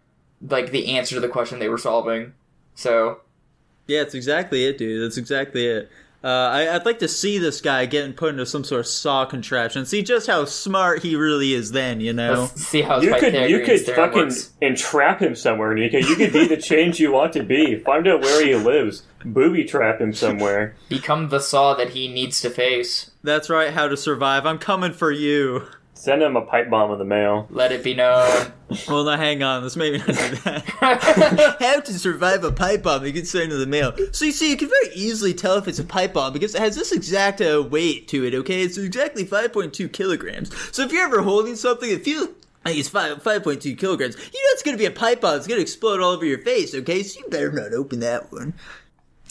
like the answer to the question they were solving. So
Yeah, it's exactly it, dude. That's exactly it. Uh, I, I'd like to see this guy getting put into some sort of saw contraption. See just how smart he really is. Then you know.
let's see how
You could you
Pythagorean's
could
theorem
fucking
works.
entrap him somewhere, Nico. You could be the change you want to be. Find out where he lives. Booby trap him somewhere.
become the saw that he needs to face.
That's right. How to survive? I'm coming for you.
Send him a pipe bomb in the mail.
Let it be known.
Well, now hang on. Let's maybe not do that. How to survive a pipe bomb? You can send to the mail. So you see, you can very easily tell if it's a pipe bomb because it has this exact uh, weight to it. Okay, it's exactly 5.2 kilograms. So if you're ever holding something that feels like it's five five point two kilograms, you know it's gonna be a pipe bomb. It's gonna explode all over your face. Okay, so you better not open that one.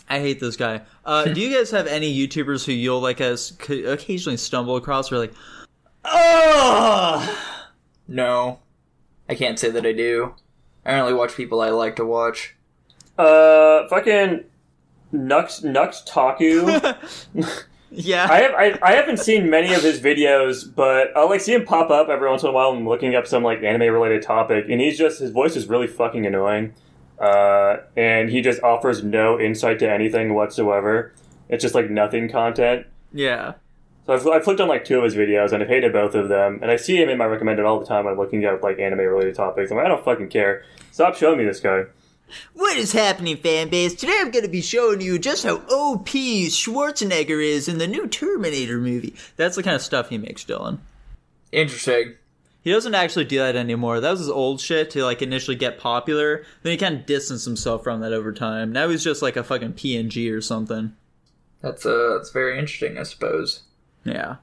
I hate this guy. Uh, do you guys have any YouTubers who you'll like us c- occasionally stumble across? Where like, oh.
no, I can't say that I do. I only watch people I like to watch.
Uh, fucking Nux Nux Taku.
Yeah,
I have I, I haven't seen many of his videos, but I like see him pop up every once in a while. and looking up some like anime related topic, and he's just his voice is really fucking annoying, uh, and he just offers no insight to anything whatsoever. It's just like nothing content.
yeah.
So I've, I've flipped on like two of his videos, and I've hated both of them. And I see him in my recommended all the time. when I'm looking up like anime related topics. I'm like, I don't fucking care. Stop showing me this guy.
What is happening, fanbase? Today I'm going to be showing you just how OP Schwarzenegger is in the new Terminator movie. That's the kind of stuff he makes, Dylan.
Interesting.
He doesn't actually do that anymore. That was his old shit to like initially get popular. Then he kind of distanced himself from that over time. Now he's just like a fucking PNG or something.
That's uh, that's very interesting, I suppose.
Yeah.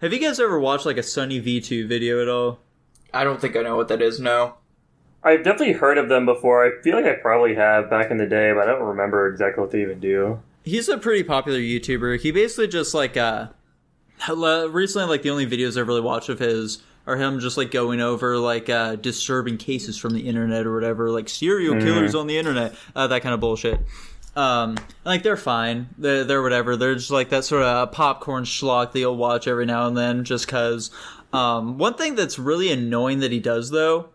Have you guys ever watched like a Sunny V2 video at all?
I don't think I know what that is. No.
I've definitely heard of them before. I feel like I probably have back in the day, but I don't remember exactly what they even do.
he's a pretty popular YouTuber. He basically just like uh le- recently like the only videos I've really watched of his are him just like going over like uh disturbing cases from the internet or whatever, like serial killers on the internet, uh, that kind of bullshit. Um, and, like they're fine, they're, they're whatever. They're just like that sort of popcorn schlock that you'll watch every now and then, just cause. Um, one thing that's really annoying that he does though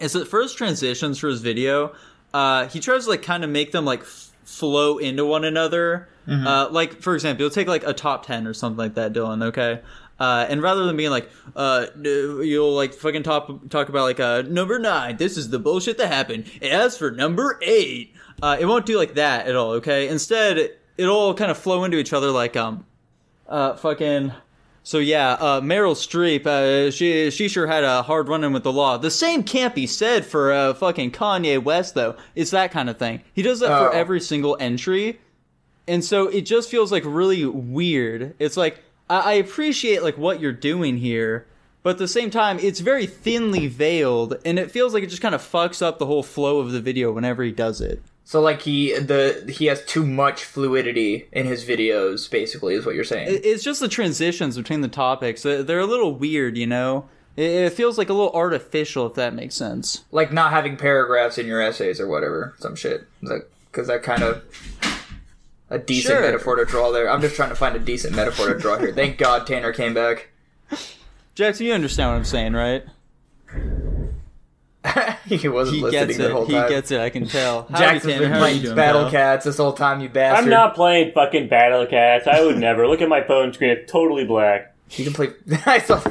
is that first transitions for his video uh he tries to like kind of make them like f- flow into one another uh like for example you'll take like a top 10 or something like that dylan okay uh, and rather than being like, uh, d- you'll like fucking talk talk about like uh, number nine. This is the bullshit that happened. And as for number eight, uh, it won't do like that at all. Okay, instead it'll all kind of flow into each other like um, uh, fucking. So yeah, uh, Meryl Streep, uh, she she sure had a hard run in with the law. The same can't be said for uh, fucking Kanye West though. It's that kind of thing. He does that for
Oh.
every single entry, and so it just feels like really weird. It's like I, I appreciate like what you're doing here, but at the same time, it's very thinly veiled, and it feels like it just kind of fucks up the whole flow of the video whenever he does it.
So like he the he has too much fluidity in his videos, basically, is what you're saying.
It- It's just the transitions between the topics. They're they're a little weird, you know. It, it feels like a little artificial, if that makes sense.
like not having paragraphs in your essays or whatever, some shit. Because that kind of a decent
Sure.
metaphor to draw there. I'm just trying to find a decent metaphor to draw here. Thank God Tanner came back.
Jackson, you understand what I'm saying, right?
he wasn't
He
listening
gets
the
it.
whole
He
time.
gets it. I can tell. Howdy,
Jackson's
Tanner.
been
How are you
playing
doing,
Battle
pal?
Cats this whole time, you bastard.
I'm not playing fucking Battle Cats. I would never. Look at my phone screen. It's totally black.
You can play. I saw.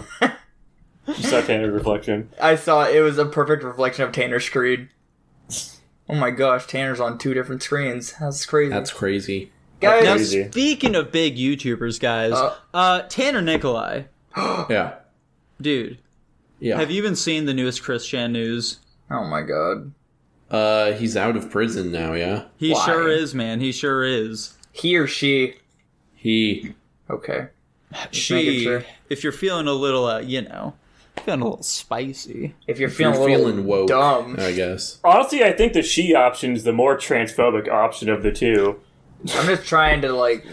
You suck at your reflection.
I saw. It was a perfect reflection of Tanner's screen. Oh my gosh, Tanner's on two different screens. That's crazy.
That's crazy.
Guys,
Now,
Crazy.
speaking of big YouTubers, guys,
Uh,
uh, Tanner Nikolai,
Yeah.
dude,
Yeah.
have you been seeing the newest Chris Chan news?
oh my god,
uh, he's out of prison now, yeah?
He
Why?
sure is, man. He sure is.
he or she?
He.
Okay, making
She,
sure.
if you're feeling a little, uh, you know, feeling a little spicy.
if you're feeling
You're
a little
feeling woke.
dumb,
I guess.
Honestly, I think the she option is the more transphobic option of the two.
I'm just trying to like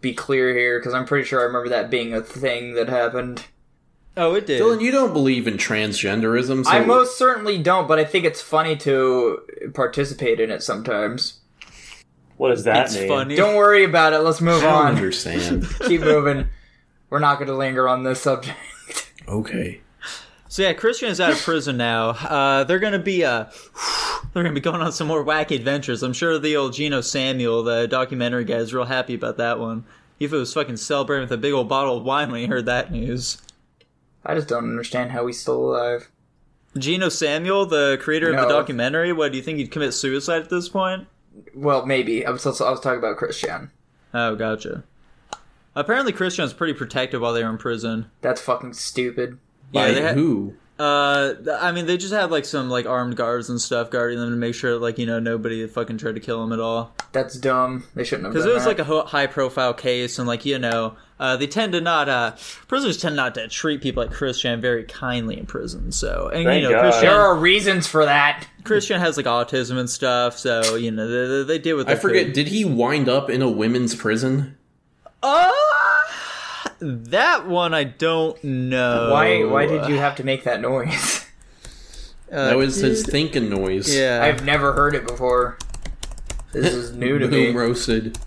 be clear here because I'm pretty sure I remember that being a thing that happened.
Oh, it did.
Dylan, you don't believe in transgenderism, so
I most certainly don't, but I think it's funny to participate in it sometimes.
What does that
it's
mean?
funny.
Don't worry about it. Let's move
I don't
on.
understand.
Keep moving. We're not going to linger on this subject.
okay.
So yeah, Christian's out of prison now. Uh, they're gonna be uh, they're gonna be going on some more wacky adventures. I'm sure the old Gino Samuel, the documentary guy, is real happy about that one. If it was fucking celebrating with a big old bottle of wine when he heard that news.
I just don't understand how he's still alive.
Gino Samuel, the creator of
No.
the documentary, what do you think he'd commit suicide at this point?
Well, maybe. I was, also, I was talking about Christian.
Oh, gotcha. Apparently, Christian's pretty protective while they were in prison.
That's fucking stupid.
By
they had-
who?
Uh, th- I mean, they just had like some like armed guards and stuff guarding them to make sure like you know nobody fucking tried to kill him at all.
That's dumb. They shouldn't have
because
done
it was
that.
like a ho- high profile case and like you know uh, they tend to not uh, prisoners tend not to treat people like christian very kindly in prison so and
Thank
you know
God.
christian,
there are reasons for that.
christian has like autism and stuff so you know they, they- they deal with
I
that
forget.
too.
Did he wind up in a women's prison?
uh, that one i don't know Uh,
Why? Why did you have to make that noise?
That was his thinking noise.
yeah
I've never heard it before. This is new to me.
Boom roasted.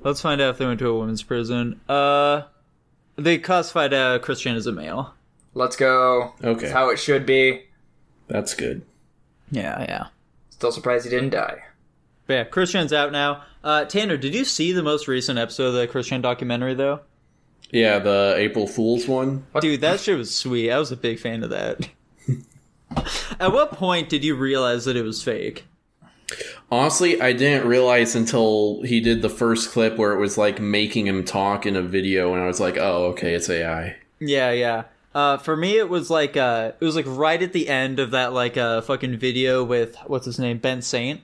let's find out if they went to a women's prison uh they classified uh, christian as a male
Let's go.
Okay.
That's how it should be.
That's good.
yeah yeah
Still surprised he didn't die.
but yeah christian's out now uh tanner did you see the most recent episode of the christian documentary though
Yeah, the April Fool's one.
Dude, that shit was sweet. I was a big fan of that. At what point did you realize that it was fake?
Honestly, I didn't realize until he did the first clip where it was like making him talk in a video, and I was like, oh, okay, it's AI.
Yeah, yeah. Uh, for me, it was like uh, it was like right at the end of that like uh, fucking video with what's his name Ben Saint,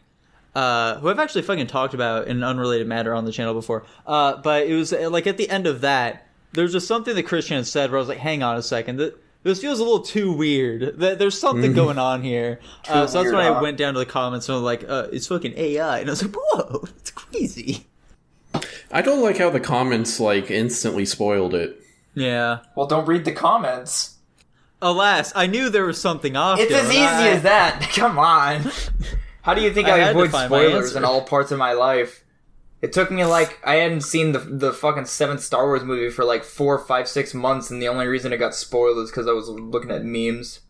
uh, who I've actually fucking talked about in an unrelated matter on the channel before. Uh, but it was uh, like at the end of that, there's just something that Christian had said where I was like, hang on a second, th- this feels a little too weird. Th- There's something going on here. Uh, so that's
Mm-hmm. weird,
when I
huh?
went down to the comments and was like, uh, it's fucking AI, and I was like, whoa, it's crazy.
I don't like how the comments like instantly spoiled it.
Yeah.
Well, don't read the comments.
Alas, I knew there was something off.
It's
Dylan.
as easy
I-
as that. Come on. How do you think
I
I,
had to
avoid
find my
spoilers
answer.
in all parts of my life? It took me like I hadn't seen the the fucking seventh Star Wars movie for like four, five, six months, and the only reason it got spoiled is because I was looking at memes.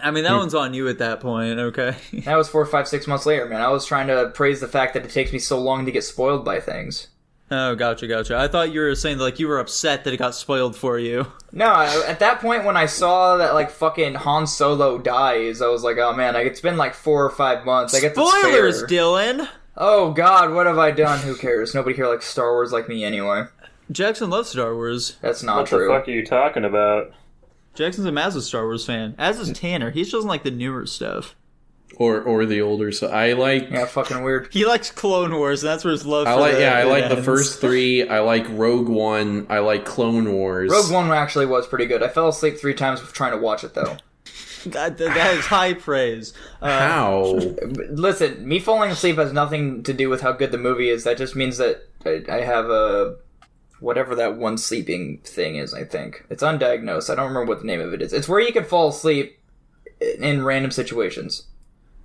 I mean, that one's on you at that point, okay?
That was four, five, six months later, man. I was trying to praise the fact that it takes me so long to get spoiled by things.
oh, gotcha, gotcha. I thought you were saying like you were upset that it got spoiled for you.
No, I- at that point when I saw that like fucking Han Solo dies, I was like, oh man, like, it's been like four or five months. I get to spare.
Spoilers, Dylan.
Oh god, what have I done? Who cares? Nobody here likes Star Wars like me anyway.
Jackson loves Star Wars.
That's not
What
true.
the fuck are you talking about?
Jackson's a massive Star Wars fan, as is Tanner. He just doesn't like the newer stuff.
Or or the older so I like
Yeah, fucking weird.
He likes Clone Wars, and that's where his love.
I
for
like
the,
yeah, I
it
like the
ends.
first three. I like Rogue One. I like Clone Wars.
Rogue One actually was pretty good. I fell asleep three times trying to watch it though.
God, th- that is high praise. Uh,
How?
But listen, me falling asleep has nothing to do with how good the movie is. That just means that I, I have a whatever that one sleeping thing is. I think it's undiagnosed. I don't remember what the name of it is. It's where you can fall asleep in, in random situations.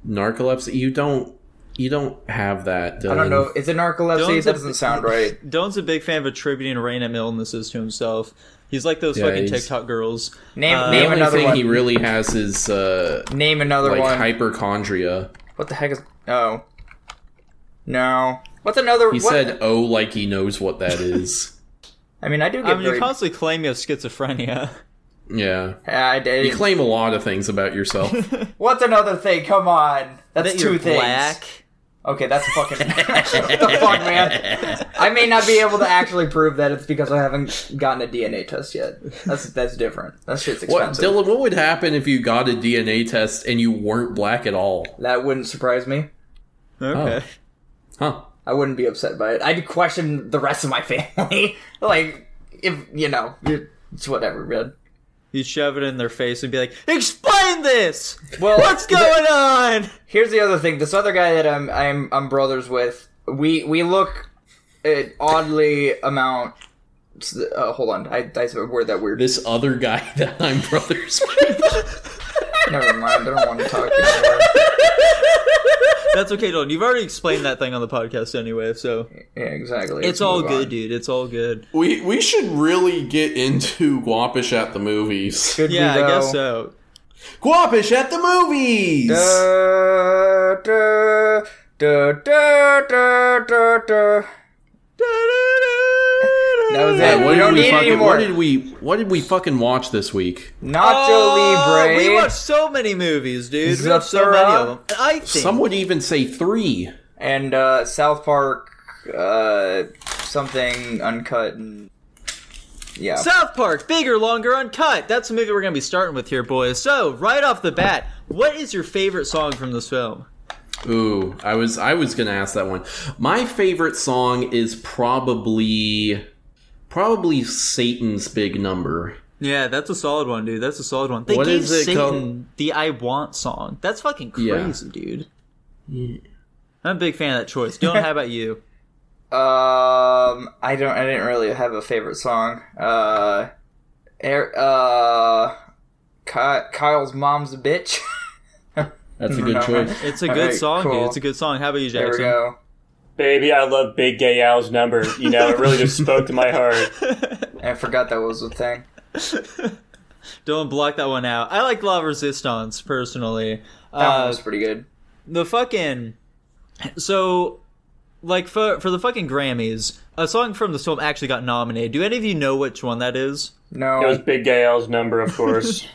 Narcolepsy? You don't you don't have that. Dylan.
I don't know. Is it narcolepsy?
Dylan's a-
That doesn't sound right.
Dylan's a big fan of attributing random illnesses to himself. He's like those
Yeah,
fucking
he's-
TikTok girls.
Name
Uh,
The
name
only
another
thing
one.
he really has is uh
Name another
like
one.
hyperchondria.
What the heck is? Oh, no. What's another?
He
what-
said, "Oh, like he knows what that is."
I mean, I do
I
get
mean,
very.
Um, you constantly claim you have schizophrenia.
yeah,
Ah, I
you
did.
claim a lot of things about yourself.
What's another thing? Come on, that's
That
two
you're
things.
black.
Okay, that's fucking. what the fuck, man? I may not be able to actually prove that it's because I haven't gotten a DNA test yet. That's that's different. That shit's
what,
expensive.
Dylan? What would happen if you got a DNA test and you weren't black at all?
that wouldn't surprise me.
Okay.
Huh?
I wouldn't be upset by it. I'd question the rest of my family. like, if you know, it's whatever, man.
You shove it in their face and be like, "Explain this.
Well,
What's
the-
going on?"
Here's the other thing. This other guy that I'm I'm I'm brothers with, we we look at oddly amount. Uh, hold on, I I said a word that weird.
This other guy that I'm brothers with.
Never mind. I don't want to talk anymore.
That's okay, Dylan. You've already explained that thing on the podcast anyway, so
Yeah, exactly.
it's all good,
dude.
dude. It's all good.
We we should really get into Guapish at the movies.
Could
Yeah,
we,
I guess
though?
so.
Guapish at the movies.
Uh,
uh,
Da, da, da, da, da, da. That was
Yeah,
it.
what
we
did
don't
we
need
fucking,
any
What
more.
did we what did we fucking watch this week?
Nacho
Oh,
Libre.
We watched so many movies, dude. We watched so
Zathura.
many of them. And I think
Some would even say three.
and uh, South Park uh, something uncut and yeah.
South Park, bigger, longer, uncut. That's the movie we're gonna be starting with here, boys. So, right off the bat, what is your favorite song from this film?
Ooh, I was I was gonna ask that one. My favorite song is probably probably Satan's Big Number.
Yeah, that's a solid one, dude. That's a solid one. They
What
gave
is it
Satan
called?
the "I Want" song. That's fucking crazy,
Yeah.
dude. I'm a big fan of that choice. Dylan, how about you?
Um, I don't. I didn't really have a favorite song. Uh, air, uh, Ky- Kyle's mom's a bitch.
That's a good choice.
It's a
All
good
right,
song, dude.
cool.
It's a good song. How about you,
There we
Jackson?
go.
Baby, I love Big Gay Al's number. You know, it really just spoke to my heart.
I forgot that was a thing.
Dylan, block that one out. I like "La Resistance" personally.
That one
Uh,
was pretty good.
the fucking so like for for the fucking Grammys, a song from this film actually got nominated. Do any of you know which one that is?
No,
It was Big Gay Al's number, of course.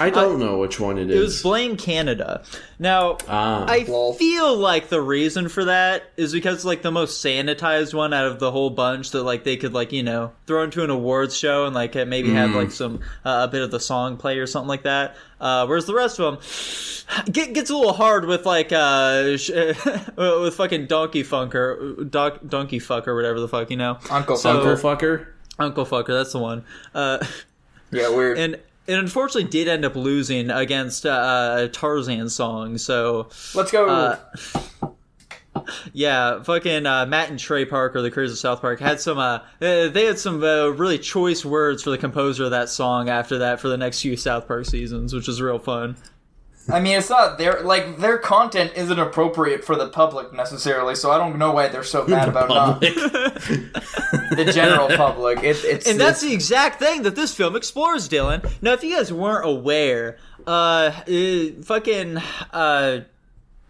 I don't know which one it
It
is.
was blame Canada. Now,
ah,
I
Lol.
feel like the reason for that is because like the most sanitized one out of the whole bunch that like they could like you know throw into an awards show and like maybe have like some uh, a bit of the song play or something like that. Uh, whereas the rest of them get, gets a little hard with like uh sh- with fucking donkey funker doc, donkey fuck or whatever the fuck you know
Uncle
So-
little
Funker.
fucker.
uncle fucker that's the one. Uh,
Yeah, weird.
and it unfortunately did end up losing against uh, a Tarzan song. So.
Let's go.
Uh, yeah, fucking uh, Matt and Trey Parker, the creators of South Park, had some. Uh, uh, they had some uh, really choice words for the composer of that song after that for the next few South Park seasons, which was real fun.
I mean, it's not their like their content isn't appropriate for the public necessarily, so I don't know why they're so mad about not the general public. It, it's
And that's
it's-
the exact thing that this film explores, Dylan. Now, if you guys weren't aware, uh, uh fucking uh.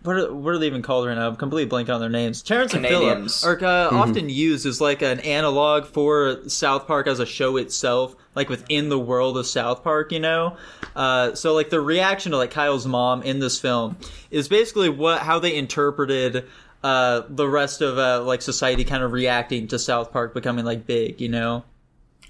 What are, what are they even called right now? I'm completely blank on their names. Terrence
Canadians.
and Philip are uh, often used as like an analog for South Park as a show itself, like within the world of South Park, you know. Uh, so like the reaction to like Kyle's mom in this film is basically what how they interpreted uh, the rest of uh, like society kind of reacting to South Park becoming like big, you know.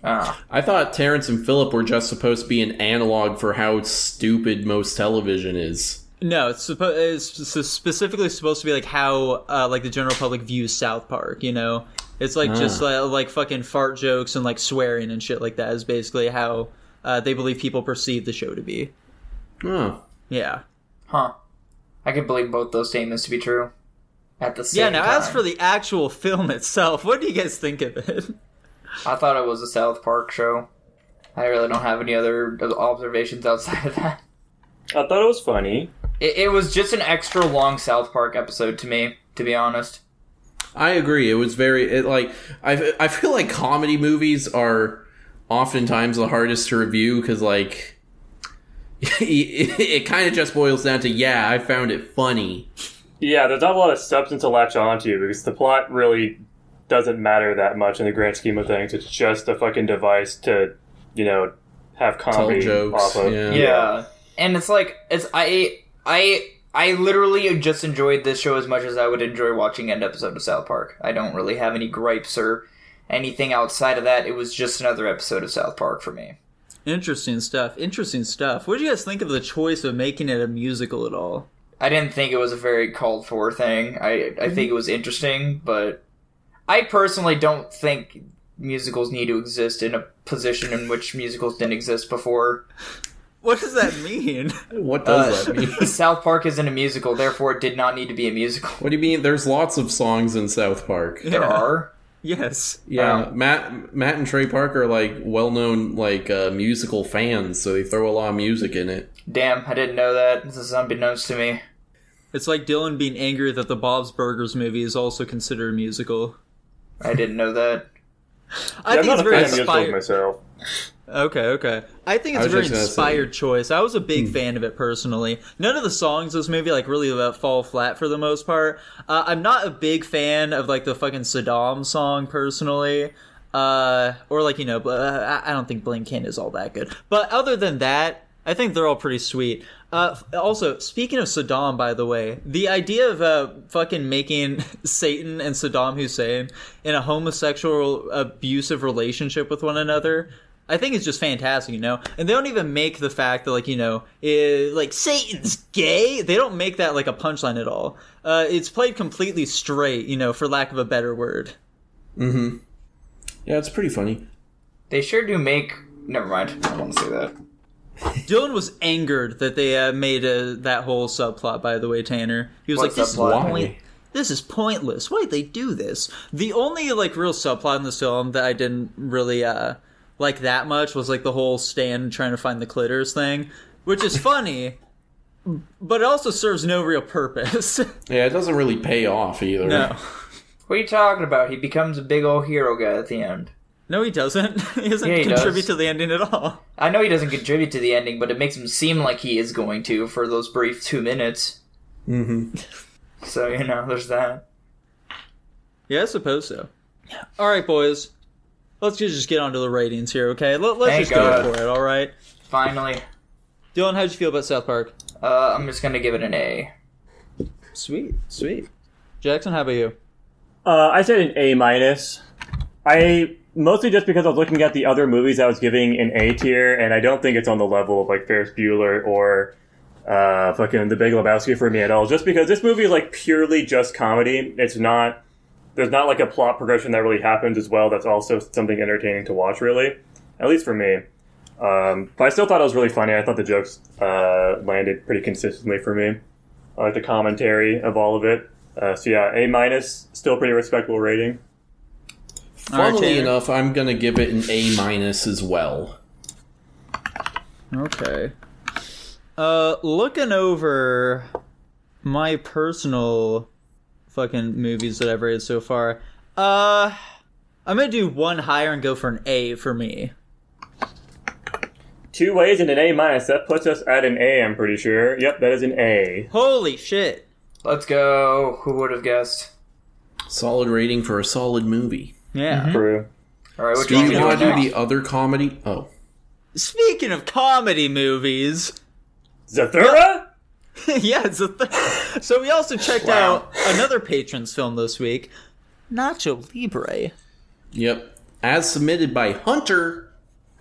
Ah.
I thought Terrence and Philip were just supposed to be an analog for how stupid most television is.
No, it's, suppo- it's s- specifically supposed to be like how uh, like the general public views South Park. You know, it's like just
Ah.
like, like fucking fart jokes and like swearing and shit like that is basically how uh, they believe people perceive the show to be.
Oh.
Yeah,
huh. I could believe both those statements to be true. At the same
yeah. Now, as
time.
for the actual film itself, what do you guys think of it?
I thought it was a South Park show. I really don't have any other observations outside of that.
I thought it was funny.
It, it was just an extra long South Park episode to me, to be honest.
I agree. It was very it like I I feel like comedy movies are oftentimes the hardest to review because like it, it kind of just boils down to yeah I found it funny.
Yeah, there's not a lot of substance to latch onto because the plot really doesn't matter that much in the grand scheme of things. It's just a fucking device to, you know, have
Tell
comedy
jokes.
off of.
Yeah.
Yeah. Uh, And it's like it's I I I literally just enjoyed this show as much as I would enjoy watching an episode of South Park. I don't really have any gripes or anything outside of that. It was just another episode of South Park for me.
Interesting stuff. Interesting stuff. What do you guys think of the choice of making it a musical at all?
I didn't think it was a very called for thing. I I think it was interesting, but I personally don't think musicals need to exist in a position in which musicals didn't exist before.
What does that mean?
What does that mean?
South Park isn't a musical, therefore it did not need to be a musical.
What do you mean? There's lots of songs in South Park.
There are.
yes.
Yeah,
Wow.
Matt, Matt and Trey Parker are like well-known like uh, musical fans, so they throw a lot of music in it.
Damn, I didn't know that. This is unbeknownst to me.
It's like Dylan being angry that the Bob's Burgers movie is also considered a musical.
I didn't know that.
I
Yeah, I'm
think
not
it's
a
very
fan of musicals
inspired.
myself.
Okay, okay. I think it's
I
a
was
very
just gonna say- Hmm.
inspired choice. I was a big fan of it personally. None of the songs in this movie like really uh, fall flat for the most part. Uh, I'm not a big fan of like the fucking Saddam song personally, uh, or like you know, but uh, I I don't think Blink Kin is all that good. But other than that, I think they're all pretty sweet. Uh, f- also, speaking of Saddam, by the way, the idea of uh, fucking making Satan and Saddam Hussein in a homosexual abusive relationship with one another, I think is just fantastic, you know. And they don't even make the fact that like you know, eh, like Satan's gay. They don't make that like a punchline at all. Uh, it's played completely straight, you know, for lack of a better word.
Yeah, it's pretty funny.
They sure do make. Never mind. I won't say that.
Dylan was angered that they uh, made uh, that whole subplot. By the way, Tanner, he was
What
like, "This is
subplot?
point. This is pointless. Why did they do this?" The only like real subplot in this film that I didn't really uh, like that much was like the whole Stan trying to find the clitters thing, which is funny, but it also serves no real purpose.
Yeah, it doesn't really pay off either.
no,
What are you talking about? He becomes a big old hero guy at the end.
no, he doesn't. he doesn't
Yeah, he
contribute
does.
to the ending at all.
I know he doesn't contribute to the ending, but it makes him seem like he is going to for those brief two minutes. Mm-hmm. So you know, there's that.
Yeah, I suppose so. All right, boys. Let's just get onto the ratings here, okay? Let, us
Thank
just go
God.
for it, all right?
Finally,
Dylan, how'd you feel about South Park?
Uh, I'm just gonna give it an A.
Sweet, sweet. Jackson, how about you?
Uh, I said an A minus. I mostly just because I was looking at the other movies I was giving an A tier, and I don't think it's on the level of like Ferris Bueller or uh, fucking The Big Lebowski for me at all. Just because this movie is like purely just comedy. It's not. There's not like a plot progression that really happens as well. That's also something entertaining to watch, really, at least for me. Um, but I still thought it was really funny. I thought the jokes uh, landed pretty consistently for me. I like the commentary of all of it. Uh, so yeah, A minus, still pretty respectable rating.
right,
Funnily
Tanner.
enough, I'm gonna give it an A minus as well.
Okay. Uh, looking over my personal fucking movies that I've rated so far. Uh, I'm gonna do one higher and go for an A for me.
Two ways and an A minus. That puts us at an A. I'm pretty sure. Yep, that is an A.
Holy shit!
Let's go. Who would have guessed?
Solid rating for a solid movie.
Yeah.
True.
All right, which
Do
one
you
you
want
want
to
next?
do the other comedy? Oh,
Speaking of comedy movies,
Zathura.
yeah, it's a th- so we also checked
Wow.
out another patron's film this week, Nacho Libre.
yep. As submitted by Hunter.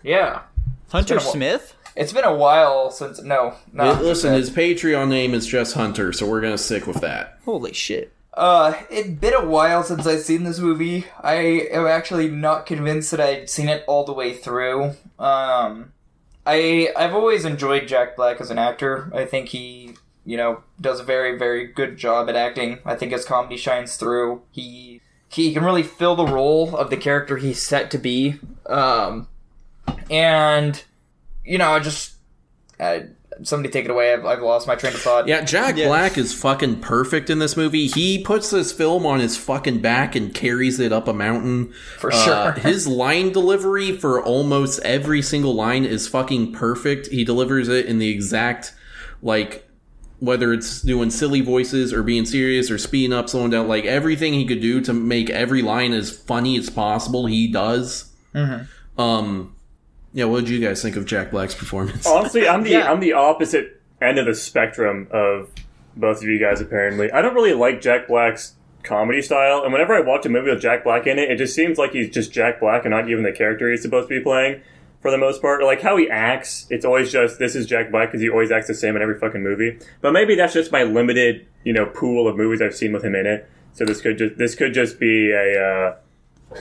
Yeah,
Hunter
been a wh-
Smith.
it's been a while since. No, no.
Listen, his Patreon name is just Hunter, so we're gonna stick with that.
Holy shit!
Uh, it's been a while since I've seen this movie. I am actually not convinced that I'd seen it all the way through. Um, I I've always enjoyed Jack Black as an actor. I think he, you know, does a very very good job at acting. I think his comedy shines through. He he can really fill the role of the character he's set to be. Um, and you know, I just uh, somebody take it away. I've, I've lost my train of thought.
Yeah, Jack
Yeah.
Black is fucking perfect in this movie. He puts this film on his fucking back and carries it up a mountain.
For
Uh,
sure.
his line delivery for almost every single line is fucking perfect. He delivers it in the exact, like, whether it's doing silly voices or being serious or speeding up, slowing down, like, everything he could do to make every line as funny as possible, he does.
Mm-hmm.
Um, yeah, what did you guys think of Jack Black's performance?
Oh,
Honestly, I'm the
Yeah.
I'm the opposite end of the spectrum of both of you guys. Apparently, I don't really like Jack Black's comedy style, and whenever I watch a movie with Jack Black in it, it just seems like he's just Jack Black and not even the character he's supposed to be playing. For the most part, like how he acts, it's always just this is Jack Black because he always acts the same in every fucking movie. But maybe that's just my limited, you know, pool of movies I've seen with him in it. So this could just this could just be a. Uh,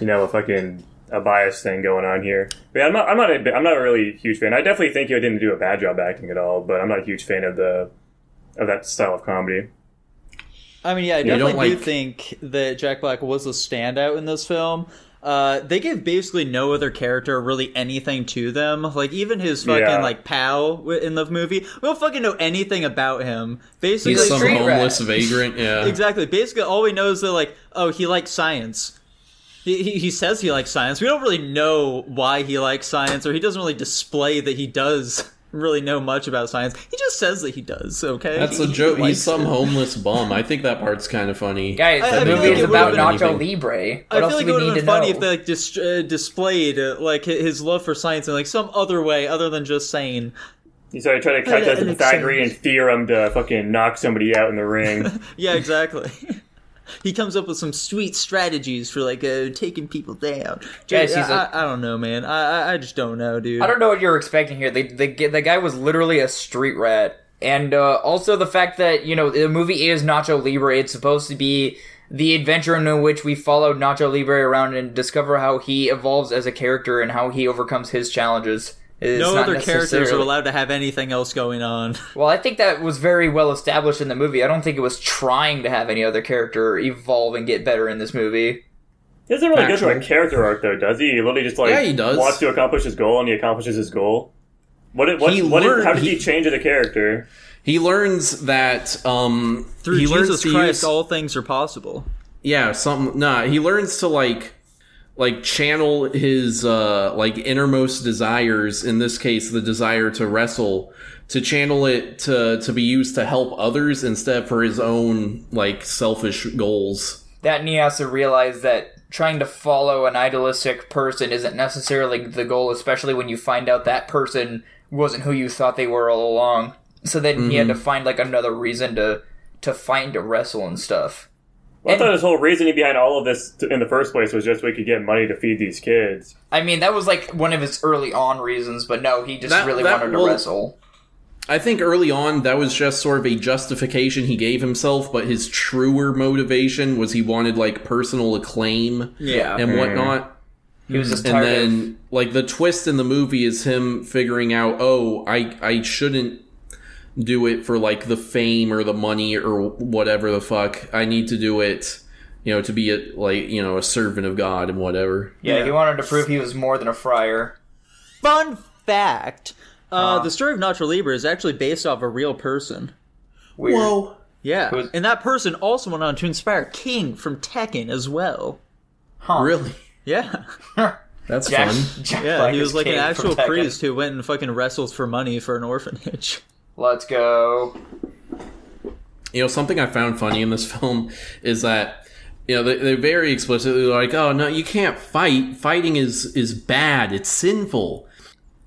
you know, a fucking a bias thing going on here. But yeah, I'm not, I'm not, a, bi- I'm not a really huge fan. I definitely think he didn't do a bad job acting at all, but I'm not a huge fan of the of that style of comedy.
I mean, yeah, I
don't
definitely do
like-
think that Jack Black was a standout in this film. Uh, they gave basically no other character really anything to them. Like even his fucking
Yeah.
like pal wi- in the movie, we don't fucking know anything about him. Basically,
He's
like
some
street rat.
homeless vagrant, yeah.
exactly. Basically, all we know is that like, oh, he likes science. He, he, he says he likes science. We don't really know why he likes science, or he doesn't really display that he does really know much about science. He just says that he does. Okay,
That's
He-
a
he
joke.
likes
He's some
it.
homeless bum. I think that part's kind of funny.
Guys,
I-
the
I feel
movie
like
is
it
about
would've
been
Nacho
anything.
Libre.
I
What else
feel like it
do we
would
need
have
to
been funny if
know?
they like dis- uh, displayed uh, like hi- his love for science in like some other way other than just saying
You said I try to catch
Oh, yeah,
that
it makes
Pythagorean theorem to fucking knock somebody out in the ring.
yeah exactly. he comes up with some sweet strategies for like uh, taking people down. Dude,
Guys, he's
I
a-
I, I don't know, man. I, I I just don't know, dude.
I don't know what you're expecting here. The, the, g- the guy was literally a street rat. And uh, also the fact that, you know, the movie is Nacho Libre. It's supposed to be the adventure in which we follow Nacho Libre around and discover how he evolves as a character and how he overcomes his challenges. It's
no
not
other characters are
necessarily-
allowed to have anything else going on.
Well, I think that was very well established in the movie. I don't think it was trying to have any other character evolve and get better in this movie.
He doesn't really go through a
Factual.
character arc though, does he? He literally just like
Yeah, he does.
wants to accomplish his goal, and he accomplishes his goal. What? did- What?
He
what did- how
learned-
did he,
he-
change as a character?
He learns that um
Through
he learns
Jesus
to
Christ,
use
all things are possible.
yeah, something nah, he learns to like like channel his uh like innermost desires, in this case the desire to wrestle, to channel it to to be used to help others instead for his own like selfish goals.
that Niasa realized that trying to follow an idealistic person isn't necessarily the goal, especially when you find out that person wasn't who you thought they were all along. So then he had
Mm-hmm.
to find like another reason to to find to wrestle and stuff.
Well, I thought his whole reasoning behind all of this t- in the first place was just we could get money to feed these kids.
I mean, that was like one of his early on reasons, but no, he just
That-
really
that
wanted to
will-
wrestle.
I think early on that was just sort of a justification he gave himself, but his truer motivation was he wanted like personal acclaim
Yeah.
and whatnot.
He was just
Mm. And
tired
then like the twist in the movie is him figuring out, oh, I I shouldn't do it for like the fame or the money or whatever the fuck. I need to do it, you know, to be a like you know a servant of God and whatever.
of yeah,
yeah.
he wanted to prove he was more than a friar.
Fun fact. Uh, the story of Nacho Libre is actually based off a real person.
Weird.
Yeah,
Who's-
and that person also went on to inspire King from Tekken as well.
Huh.
really?
Yeah,
That's
Jack,
fun.
Jack
yeah,
Black
he
is
was like an
king from
actual
Tekken.
priest who went and fucking wrestled for money for an orphanage.
Let's go.
You know, something I found funny in this film is that you know they, they're very explicitly like, "Oh no, you can't fight. Fighting is is bad. It's sinful."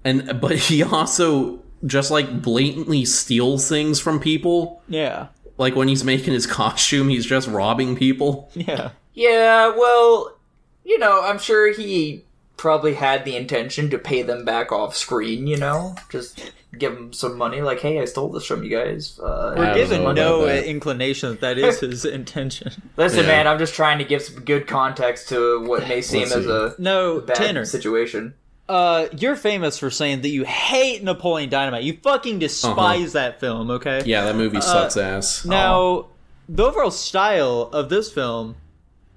And but he also just like blatantly steals things from people.
Yeah,
Like when he's making his costume, he's just robbing people.
yeah,
Yeah, well, you know, I'm sure he probably had the intention to pay them back off screen, you know? Just give them some money, like, hey, I stole this from you guys.
I
Uh,
don't know
given
about
no uh,
that.
inclination that that is his intention.
listen,
yeah.
man, I'm just trying to give some good context to what may seem
Let's
as
see.
a
No,
bad
Tanner,
situation.
uh, you're famous for saying that you hate Napoleon Dynamite. You fucking despise that film, okay?
Uh-huh. Yeah, Uh-huh. that movie sucks ass.
Now, the overall style of this film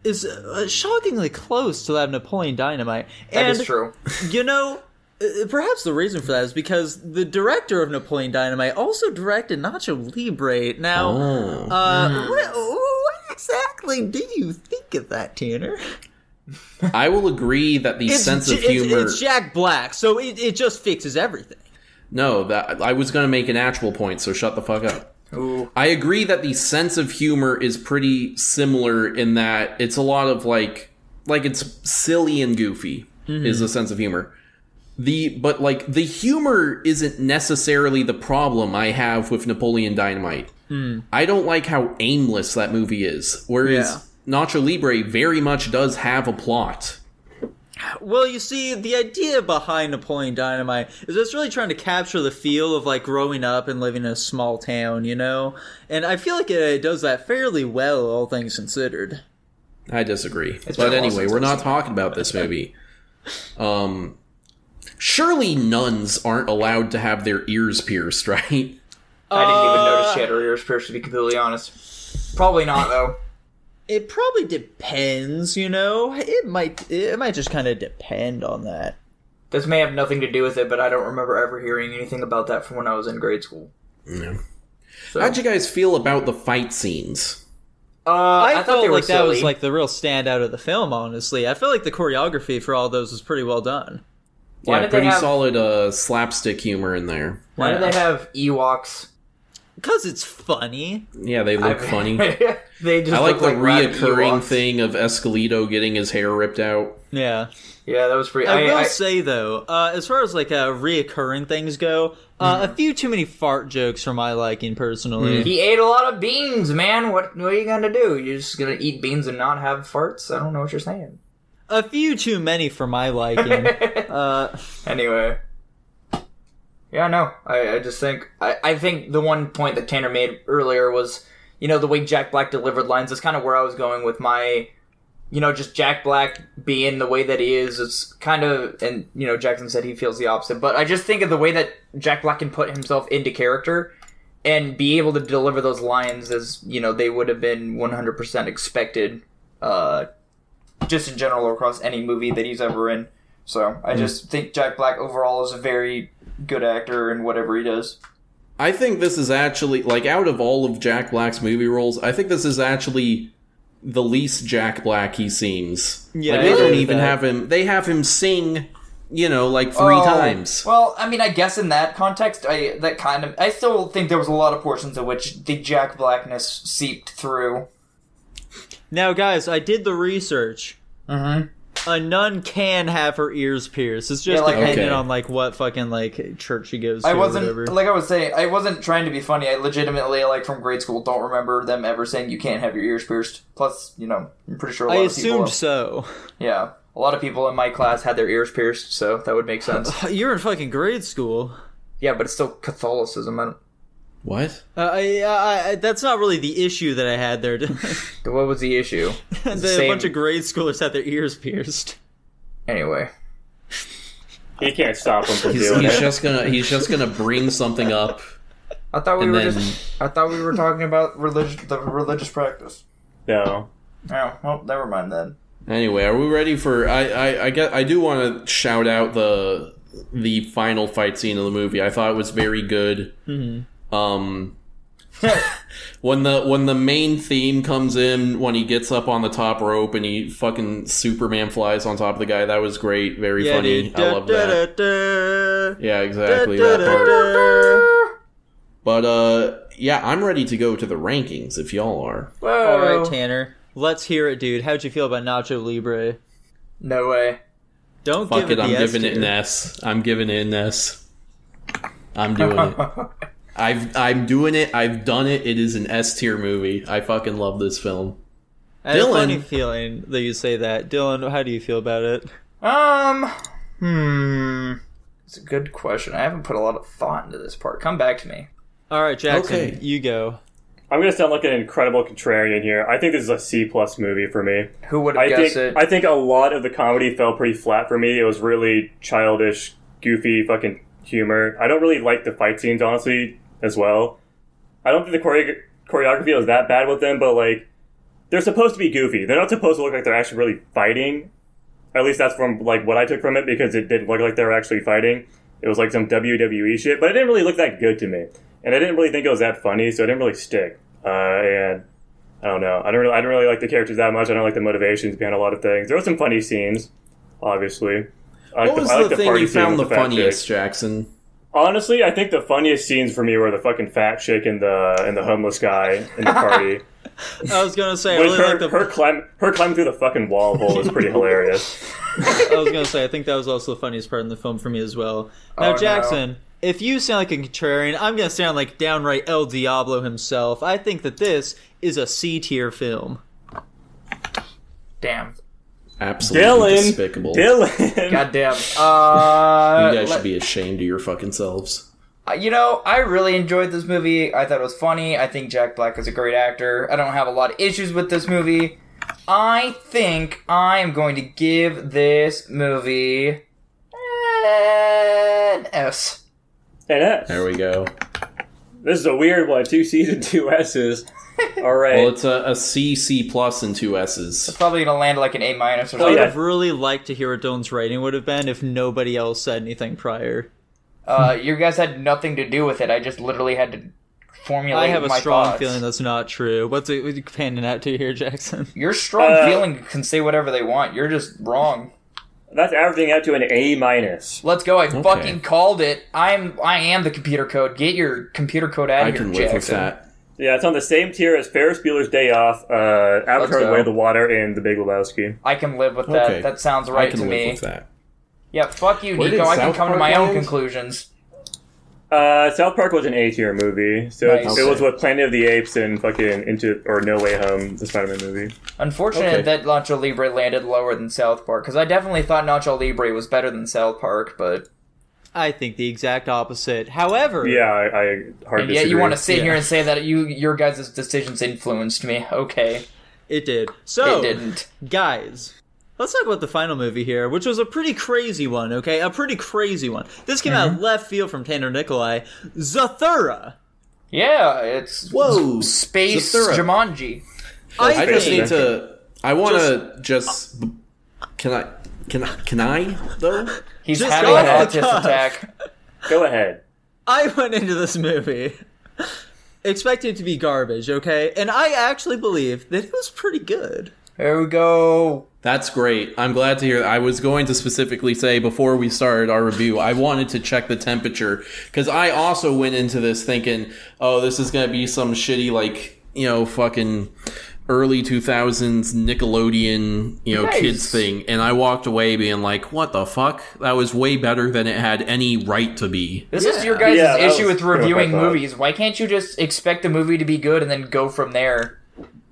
is uh, shockingly close to that of Napoleon Dynamite.
That
and,
is true.
You know, uh, perhaps the reason for that is because the director of Napoleon Dynamite also directed Nacho Libre. Now,
Oh.
uh, what, what exactly do you think of that, Tanner?
I will agree that the sense of
J- it's-
humor.
It's, Jack Black, so it, it just fixes everything.
no, that I was going to make an actual point, so shut the fuck up.
Ooh.
I agree that the sense of humor is pretty similar in that it's a lot of like like it's silly and goofy is the sense of humor. The but like the humor isn't necessarily the problem I have with Napoleon Dynamite. I don't like how aimless that movie is. Whereas Nacho Libre very much does have a plot.
Well, you see, the idea behind Napoleon Dynamite is it's really trying to capture the feel of like growing up and living in a small town, you know? And I feel like it, it does that fairly well, all things considered.
I disagree.
been
but
a while
anyway,
since
we're
I've
not talking about this movie. Um, surely nuns aren't allowed to have their ears pierced, right?
I didn't even notice she had her ears pierced, to be completely honest. Probably not, though.
It probably depends, you know? It might it might just kind of depend on that.
This may have nothing to do with it, but I don't remember ever hearing anything about that from when I was in grade school. So-
How'd you guys feel about the fight scenes?
Uh, I,
I,
thought
felt
they were
like that was
silly.
like the real standout of the film, honestly. I feel like the choreography for all those was pretty well done.
Why
yeah,
did they
pretty
have-
solid uh, slapstick humor in there.
Why do
Yeah.
they have Ewoks?
Cuz it's funny.
Yeah, they look funny. I
they just
like the
look rabid
reoccurring
Ewoks.
thing of Escalito getting his hair ripped out.
Yeah.
Yeah, that was pretty.
I,
I,
will
I-
say though, uh, as far as like uh, reoccurring things go, uh,
Mm-hmm.
a few too many fart jokes for my liking personally.
Mm.
he ate a lot of beans, man. What, what are you gonna do? You're just gonna eat beans and not have farts? I don't know what you're saying.
A few too many for my liking.
Mm.
uh,
Anyway, yeah, no. I, I just think I, I think the one point that Tanner made earlier was you know the way Jack Black delivered lines is kind of where I was going with my. You know, just Jack Black being the way that he is, it's kind of, and you know, Jackson said he feels the opposite. But I just think of the way that Jack Black can put himself into character and be able to deliver those lines as you know they would have been 100% expected uh just in general across any movie that he's ever in so
Mm.
i just think jack black overall is a very good actor in whatever he does
I think this is actually like out of all of Jack Black's movie roles, I think this is actually the least Jack Black he seems.
Yeah,
Like,
I
they
agree
don't
with
even
that.
have him. They have him sing, you know, like three
Oh,
times.
well i mean i guess in that context i that kind of i still think there was a lot of portions of which the jack blackness seeped through
now, guys, I did the research.
mm-hmm.
a nun can have her ears pierced. It's just
Yeah, like,
dependent
Okay.
on like what fucking like church she goes to.
I
or
wasn't
whatever.
like I was saying. I wasn't trying to be funny. I legitimately, like from grade school, don't remember them ever saying you can't have your ears pierced. Plus, you know, I'm pretty sure a
I
lot of people.
assumed so.
Yeah, a lot of people in my class had their ears pierced, so that would make sense.
You're in fucking grade school.
yeah, but it's still Catholicism. I don't,
What?
Uh, I, I, I, that's not really the issue that I had there. the,
what was the issue?
a
Same.
bunch of grade schoolers had their ears pierced.
Anyway,
He can't stop him from
He's,
doing
he's
it.
just gonna he's just gonna bring something up.
I thought we
And
were
then-
just. I thought we were talking about religion, the religious practice.
No.
Oh well, never mind then.
Anyway, are we ready for? I I I, get, I do want to shout out the the final fight scene of the movie. I thought it was very good.
Mm-hmm.
Um, when the when the main theme comes in, when he gets up on the top rope and he fucking Superman flies on top of the guy, that was great. Very funny.
dude.
I love that.
Da-da-da-da.
Yeah, exactly. that part.
Da-da-da-da.
But uh, yeah, I'm ready to go to the rankings if y'all are.
Whoa!
All right, Tanner. Let's hear it, dude. How'd you feel about Nacho Libre?
no way.
Don't
Fuck
give it,
it, I'm
the S
giving it
tier.
an S. I'm giving it an S. I'm doing it. I've I'm doing it. I've done it. It is an S tier movie. I fucking love this film.
I have a
Dylan.
funny feeling that you say that. Dylan, how do you feel about it?
Um, hmm. It's a good question. I haven't put a lot of thought into this part. Come back to me.
All right, Jackson,
Okay.
you go.
I'm gonna sound like an incredible contrarian here. I think this is a C plus movie for me.
Who would have
I
guessed
think
it?
I think a lot of the comedy fell pretty flat for me. It was really childish, goofy, fucking humor. I don't really like the fight scenes honestly as well. I don't think the choreo- choreography was that bad with them, but like they're supposed to be goofy. They're not supposed to look like they're actually really fighting. At least that's from like what I took from it because it didn't look like they were actually fighting. It was like some WWE shit, but it didn't really look that good to me, and I didn't really think it was that funny, so it didn't really stick. Uh, and I don't know. I don't really, I don't really like the characters that much. I don't like the motivations behind a lot of things. There were some funny scenes, obviously. I like
What was
I
the,
like
thing
party
you
scene
found the,
with fat chick.
funniest, Jackson?
Honestly, I think the funniest scenes for me were the fucking fat chick and the and the homeless guy in the party.
I was gonna say I
With
really
her,
like the.
her climb her climbing through the fucking wall hole was pretty hilarious.
I was gonna say I think that was also the funniest part in the film for me as well.
Oh,
Now,
no.
Jackson, if you sound like a contrarian, I'm gonna sound like downright El Diablo himself. I think that this is a C tier film.
Damn.
Absolutely
Dylan,
despicable.
Dylan.
Goddamn. Uh,
you guys
let-
should be ashamed of your fucking selves.
Uh, You know, I really enjoyed this movie. I thought it was funny. I think Jack Black is a great actor. I don't have a lot of issues with this movie. I think I am going to give this movie an S.
An S.
There we go.
This is a weird one. Two C's and two S's. All right.
Well, it's a, a C, C plus, and two S's.
Probably gonna land like an A minus or
I
Oh,
something.
would
yeah.
have really liked to hear what Dylan's rating would have been if nobody else said anything prior.
Uh, you guys had nothing to do with it. I just literally had to formulate.
I have a
my
strong
thoughts.
feeling that's not true. What's it, what you panning out to here, Jackson?
your strong
Uh,
feeling can say whatever they want. You're just wrong.
That's averaging out to an A minus.
Let's go. I fucking called it. I'm I am the computer code. Get your computer code out
I
of here,
can live
Jackson.
with that.
Yeah, it's on the same tier as Ferris Bueller's Day Off, uh, Avatar: The
go.
Way of the Water, and The Big Lebowski.
I can live with that.
Okay.
That sounds
I
right
can
to
live
me.
with that.
Yeah, fuck you,
Where did
Nico. I can
South
come to
Park
my own
land?
conclusions.
Uh, South Park was an A tier movie, so it-
Nice.
it was with Planet of the Apes and fucking Into or No Way Home, the Spider-Man movie.
Unfortunate
Okay.
that Nacho Libre landed lower than South Park because I definitely thought Nacho Libre was better than South Park, but
I think the exact opposite. However,
Yeah, I, I hard
and yet you want to sit
Yeah.
here and say that you your guys' decisions influenced me. Okay,
it did. So,
it didn't.
guys, let's talk about the final movie here, which was a pretty crazy one, okay? A pretty crazy one. This came out of left field from Tanner Nikolai. Zathura!
Yeah, it's
Whoa,
space
Zathura.
Jumanji.
I
I
just
think,
need to. I want to just. Can I? Can I? Can I? Though.
He's
Just
having
off
an
the
autism
cuff.
attack.
Go ahead.
I went into this movie expecting it to be garbage, okay? And I actually believe that it was pretty good.
There we go.
That's great. I'm glad to hear. I was going to specifically say before we started our review, I wanted to check the temperature because I also went into this thinking, oh, this is going to be some shitty, like, you know, fucking early 2000s Nickelodeon, you know,
Nice.
kids thing. And I walked away being like, what the fuck? That was way better than it had any right to be.
This is
Yeah.
your guys'
Yeah, that
issue
was
with
pretty much
reviewing
my thought.
movies. Why can't you just expect the movie to be good and then go from there?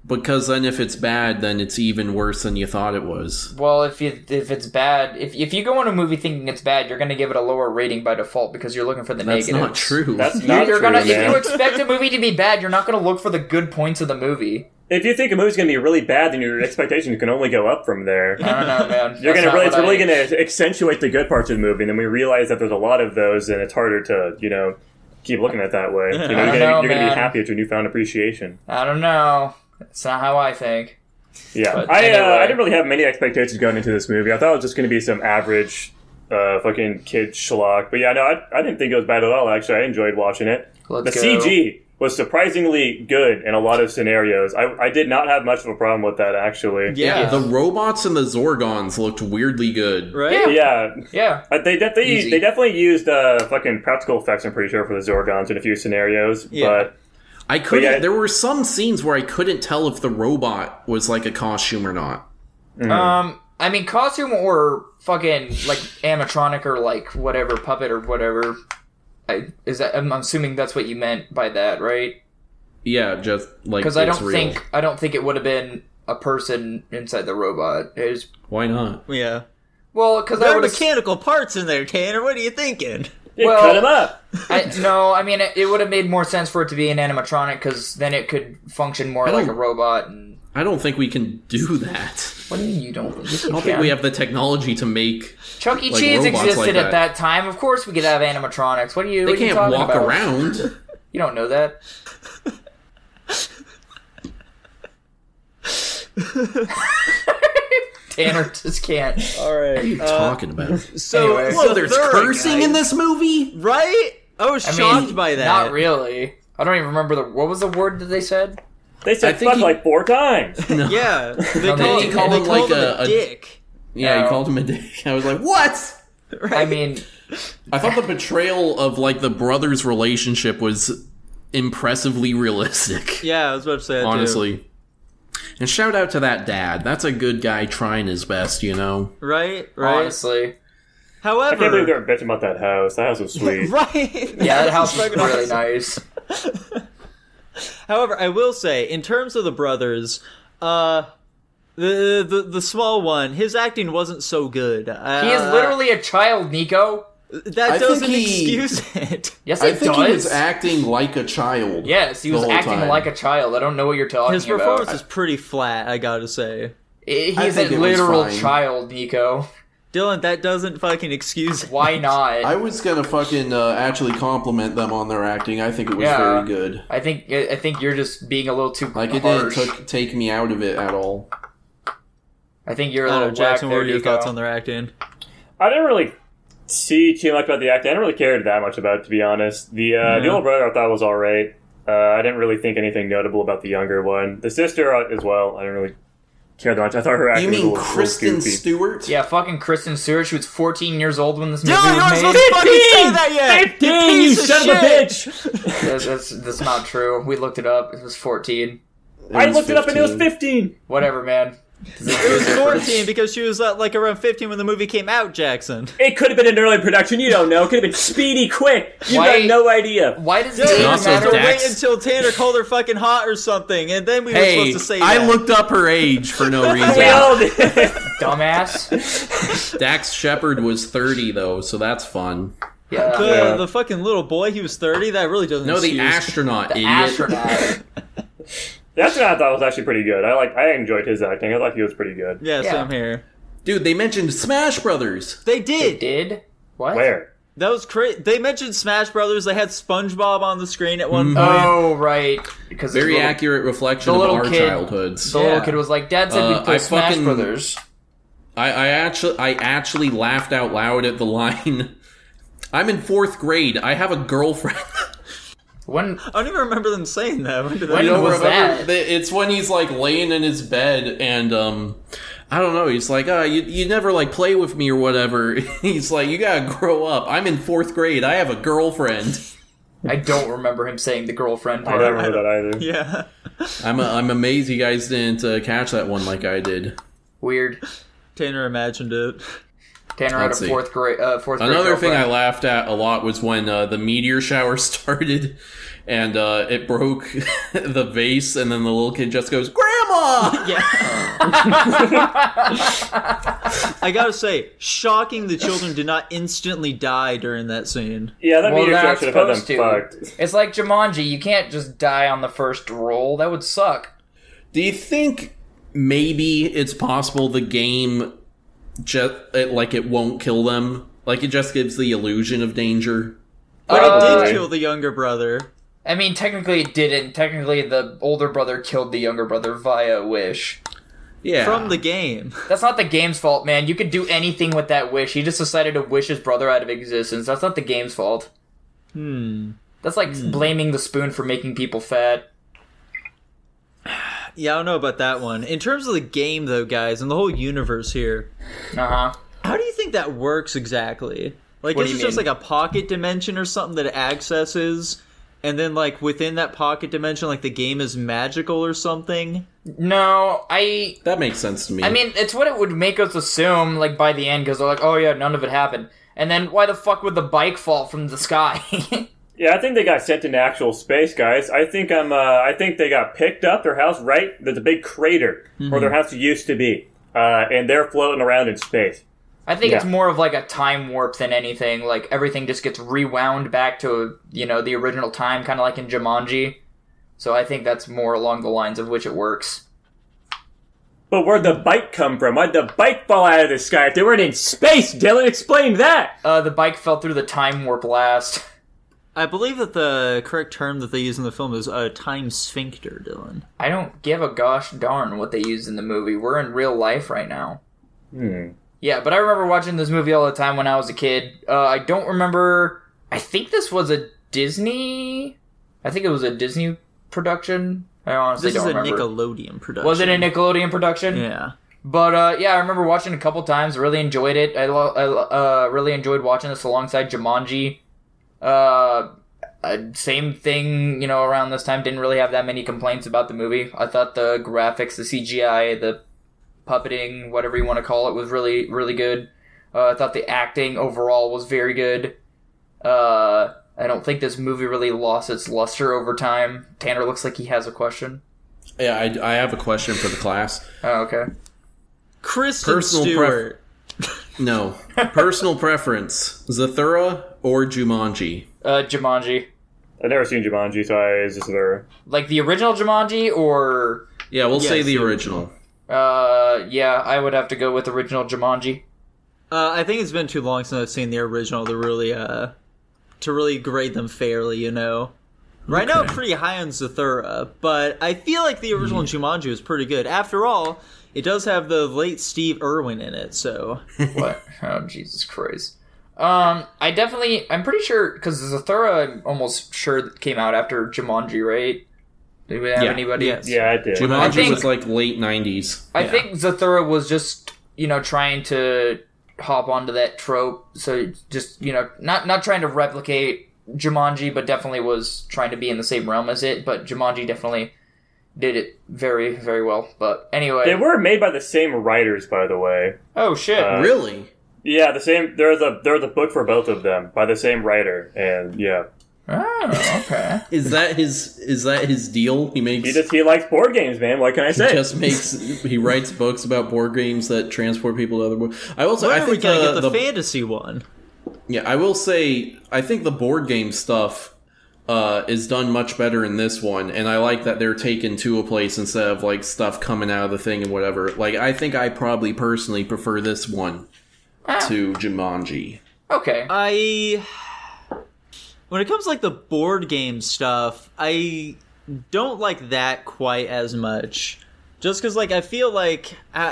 Because then if it's bad, then it's even worse than you thought it was.
Well, if you, if it's bad, if if you go on a movie thinking it's bad, you're going to give it a lower rating by default because you're looking for the
That's
negatives.
not true.
That's
You,
not
you're
true,
gonna if
man.
you expect a movie to be bad, you're not gonna look for the good points of the movie.
If you think a movie's going to be really bad, then your expectations can only go up from there.
I don't know, man.
You're gonna
That's not
really, it's
what
really
I-
going to accentuate the good parts of the movie, and then we realize that there's a lot of those, and it's harder to, you know, keep looking at it that way. You know,
I
you're
don't
gonna,
know,
you're gonna
man.
be happy at your newfound appreciation.
I don't know. That's not how I think.
Yeah,
But
I
anyway.
uh, I didn't really have many expectations going into this movie. I thought it was just going to be some average, uh, fucking kid schlock. But yeah, no, I, I didn't think it was bad at all. Actually, I enjoyed watching it. the
Let's go.
CG was surprisingly good in a lot of scenarios. I I did not have much of a problem with that actually.
Yeah.
the robots and the Zorgons looked weirdly good.
Right?
Yeah,
Yeah.
Uh, they def- they,
Easy.
they definitely used uh, fucking practical effects. I'm pretty sure for the Zorgons in a few scenarios,
Yeah.
but
I couldn't.
yeah.
There were some scenes where I couldn't tell if the robot was like a costume or not.
Mm.
Um. I mean, costume or fucking like animatronic or like whatever puppet or whatever. I is that I'm assuming that's what you meant by that, right?
Yeah, just like
Because I
it's
don't
real.
think I don't think it would have been a person inside the robot. It was
Why not?
Yeah.
well because I
There are
would have
mechanical parts in there, Tanner. What are you thinking?
yeah,
Well-
cut him up.
I, no, I mean it, it would have made more sense for it to be an animatronic because then it could function more like a
don't-
robot. And
I don't think we can do that.
what do you mean you don't? think- Yes, you
I don't
can.
think we have the technology to make.
Chuck E.
like,
Cheese
robots
existed
like
at
that.
that time. Of course, we could have animatronics. What are you?
They
what are you
can't
talking
walk
about?
around.
You don't know that. Tanner just can't.
All right.
Uh,
talking about.
so,
Anyway.
So there's
third,
cursing in
guys.
this movie.
Right? I was
I mean,
shocked by that.
Not really. I don't even remember the what was the word that they said.
They
I
said
think
fuck
he-
like four times.
Yeah. They
No,
call,
they
they
call
call
him like
him
a-
a,
a-
dick.
Yeah,
No.
he called him a dick. I was like, what?
I mean,
I thought the portrayal of like the brothers' relationship was impressively realistic.
Yeah, I was about to say that too.
honestly. And shout out to that dad. That's a good guy trying his best, you know.
Right? Right.
honestly,
However,
I can't believe they were bitching about that house. That house was sweet.
right?
yeah, that house was
fucking
really
awesome.
nice.
However, I will say, in terms of the brothers, uh, the the the small one, his acting wasn't so good. Uh,
He is literally a child, Nico.
that
I think
doesn't
he-
excuse it.
Yes, it does.
acting like a child.
yes, he was acting like a child. I don't know what you're talking
His
about.
performance is pretty flat, I gotta say.
He's
I
a
think it was
literal
fine.
child, Nico.
Dylan, that doesn't fucking excuse it.
Why not? I,
was gonna fucking uh, actually compliment them on their acting. I think it was
Yeah. very
good.
think I think you're just being a little too harsh.
take me out of it at all.
I think you're a
I don't
little
know, Jackson,
whack
what
there,
were your
Nico.
thoughts on their acting?
I didn't really see too much about the acting. I didn't really care that much about it, to be honest. The uh, the older brother I thought was all right. Uh, I didn't really think anything notable about the younger one. The sister uh, as well. I didn't really care that much. I thought her acting
You
was a
mean
little, little
Kristen
goofy.
Stewart?
Yeah, fucking Kristen Stewart. She was 14 years old when this movie
Dylan, you
was
weren't
made.
supposed to fucking say that yet!
Fifteen, you son of a bitch!
that's, that's, that's not true. We looked it up. It was 14.
I looked it up and it was fifteen.
Whatever, man.
It was 14 because she was uh, like around 15 when the movie came out, Jackson.
It could have been an early production. You don't know. It could have been speedy, quick. You
Why-
got no idea.
Why does it
Dylan,
even
you
also
supposed
matter?
to
Dax.
wait until Tanner called her fucking hot or something, and then we were
Hey,
supposed to say that.
I looked up her age for no reason.
We all did.
Dumbass.
Dax Shepard was 30, though, so that's fun.
Yeah. uh,
The,
Yeah.
the fucking little boy, he was 30. That really doesn't
No, the
excuse.
astronaut, idiot.
Astronaut.
That's what I thought was actually pretty good. I like. I enjoyed his acting. I thought he was pretty good.
Yeah,
Yeah.
same here.
Dude, they mentioned Smash Brothers.
They did.
Did? What?
Where?
That was crazy. They mentioned Smash Brothers. They had SpongeBob on the screen at
Mm-hmm.
one point.
Oh, right. Because the
Very
little-
accurate reflection
the
of
little
our
kid-
childhoods.
The little
Yeah.
kid was like, "Dad said
Uh,
we'd play
I
Smash
fucking-
Brothers."
I, I actually, I actually laughed out loud at the line. I'm in fourth grade. I have a girlfriend.
When
I don't even remember them saying that. When did
When
they-
You don't
was that?
The- It's when he's like laying in his bed and um, I don't know. He's like, uh, you you never like play with me or whatever. he's like, you gotta grow up. I'm in fourth grade. I have a girlfriend.
I don't remember him saying the girlfriend
I don't
part.
remember that either.
yeah.
I'm i I'm amazed you guys didn't uh, catch that one like I did.
Weird.
Tanner imagined it.
Tanner out
Let's
of
see.
fourth grade. Uh, fourth grade
Another thing I
girlfriend.
laughed at a lot was when uh, the meteor shower started and uh, it broke the vase, and then the little kid just goes, Grandma!
Yeah. I gotta say, shocking the children did not instantly die during that scene.
Yeah, that
Well,
meteor
they're not
shower should have had them
supposed
fucked.
to. It's like Jumanji. You can't just die on the first roll. That would suck.
Do you think maybe it's possible the game just it, like it won't kill them? Like it just gives the illusion of danger?
But it
Probably.
Uh,
did kill the younger brother.
I mean, technically it didn't. Technically, the older brother killed the younger brother via wish.
Yeah.
From the game.
That's not the game's fault, man. You could do anything with that wish. He just decided to wish his brother out of existence. That's not the game's fault.
Hmm.
That's like blaming the spoon for making people fat.
Yeah, I don't know about that one. In terms of the game, though, guys, and the whole universe here,
Uh huh.
how do you think that works exactly? Like,
What
is
do
it
you
just
mean?
like a pocket dimension or something that it accesses? And then, like, within that pocket dimension, like, the game is magical or something?
No, I.
that makes sense to me.
I mean, it's what it would make us assume, like by the end, because they're like, "Oh yeah, none of it happened." And then why the fuck would the bike fall from the sky?
Yeah, I think they got sent into actual space, guys. I think I'm. Uh, I think they got picked up their house right. There's a big crater where
Mm-hmm.
their house used to be, uh, and they're floating around in space.
I think it's
Yeah.
more of like a time warp than anything. Like everything just gets rewound back to you know the original time, kind of like in Jumanji. So I think that's more along the lines of which it works.
But where'd the bike come from? Why'd the bike fall out of the sky if they weren't in space? Dylan, explain that.
Uh, the bike fell through the time warp last.
I believe that the correct term that they use in the film is a time sphincter, Dylan.
I don't give a gosh darn what they used in the movie. We're in real life right now.
Hmm.
Yeah, but I remember watching this movie all the time when I was a kid. Uh, I don't remember. I think this was a Disney. I think it was a Disney production. I honestly
This is
don't
a
remember.
Nickelodeon production.
was it a Nickelodeon production?
Yeah.
But uh, yeah, I remember watching it a couple times. Really enjoyed it. I, lo- I lo- uh, really enjoyed watching this alongside Jumanji. Uh, uh, same thing, you know, around this time. Didn't really have that many complaints about the movie. I thought the graphics, the CGI, the puppeting, whatever you want to call it, was really, really good. Uh, I thought the acting overall was very good. Uh, I don't think this movie really lost its luster over time. Tanner looks like he has a question.
yeah, I, I have a question for the class.
Oh, okay.
Kristen
Personal
Stewart.
No. Personal preference Zathura or Jumanji?
Uh, Jumanji.
I've never seen Jumanji, so I is this their
like the original Jumanji or
Yeah, we'll
Yeah,
say the
it's the
original.
uh yeah, I would have to go with original Jumanji.
Uh, I think it's been too long since I've seen the original to really uh to really grade them fairly, you know. Right now I'm pretty high on Zathura, but I feel like the original
Hmm.
Jumanji was pretty good. After all, it does have the late Steve Irwin in it, so
what? Oh Jesus Christ. Um I definitely I'm pretty sure cuz Zathura I'm almost sure that came out after Jumanji, right? Do we have
Yeah.
anybody?
Yes.
Yeah, I did.
Jumanji
I think-
was like late 90s.
I
Yeah.
think Zathura was just, you know, trying to hop onto that trope. So just, you know, not not trying to replicate Jumanji, but definitely was trying to be in the same realm as it. But Jumanji definitely did it very, very well. But anyway,
They were made by the same writers, by the way.
oh shit,
Uh,
Really?
Yeah, the same. There's a there's a book for both of them by the same writer, and yeah,
oh okay,
Is that his is that his deal? He makes
he just he likes board games, man. What can I
he
say?
just makes he writes books about board games that transport people to other worlds. I also
where
I
are we
think
gonna
the,
get the,
the-
fantasy one?
yeah, I will say I think the board game stuff uh, is done much better in this one, and I like that they're taken to a place instead of like stuff coming out of the thing and whatever. Like I think I probably personally prefer this one to Jumanji.
okay.
I when it comes to, like the board game stuff, I don't like that quite as much. Just because, like, I feel like I,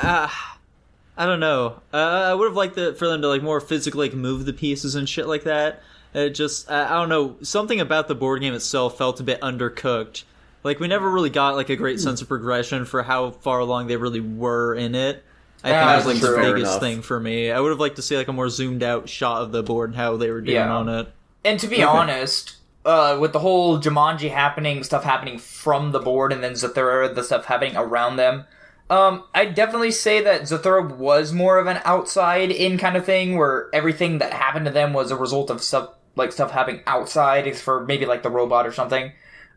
I, I don't know. Uh, I would have liked the, for them to like more physically like move the pieces and shit like that. It just I, I don't know. Something about the board game itself felt a bit undercooked. Like we never really got like a great sense of progression for how far along they really were in it. I think
Ah,
that was
that's
like the
true.
Fair
biggest
enough.
thing for me. I would have liked to see like a more zoomed out shot of the board and how they were doing
Yeah.
on it.
And to be honest, uh, with the whole Jumanji happening, stuff happening from the board, and then Zathura, the stuff happening around them. Um, I definitely say that Zathura was more of an outside in kind of thing, where everything that happened to them was a result of stuff like stuff happening outside, except for maybe like the robot or something.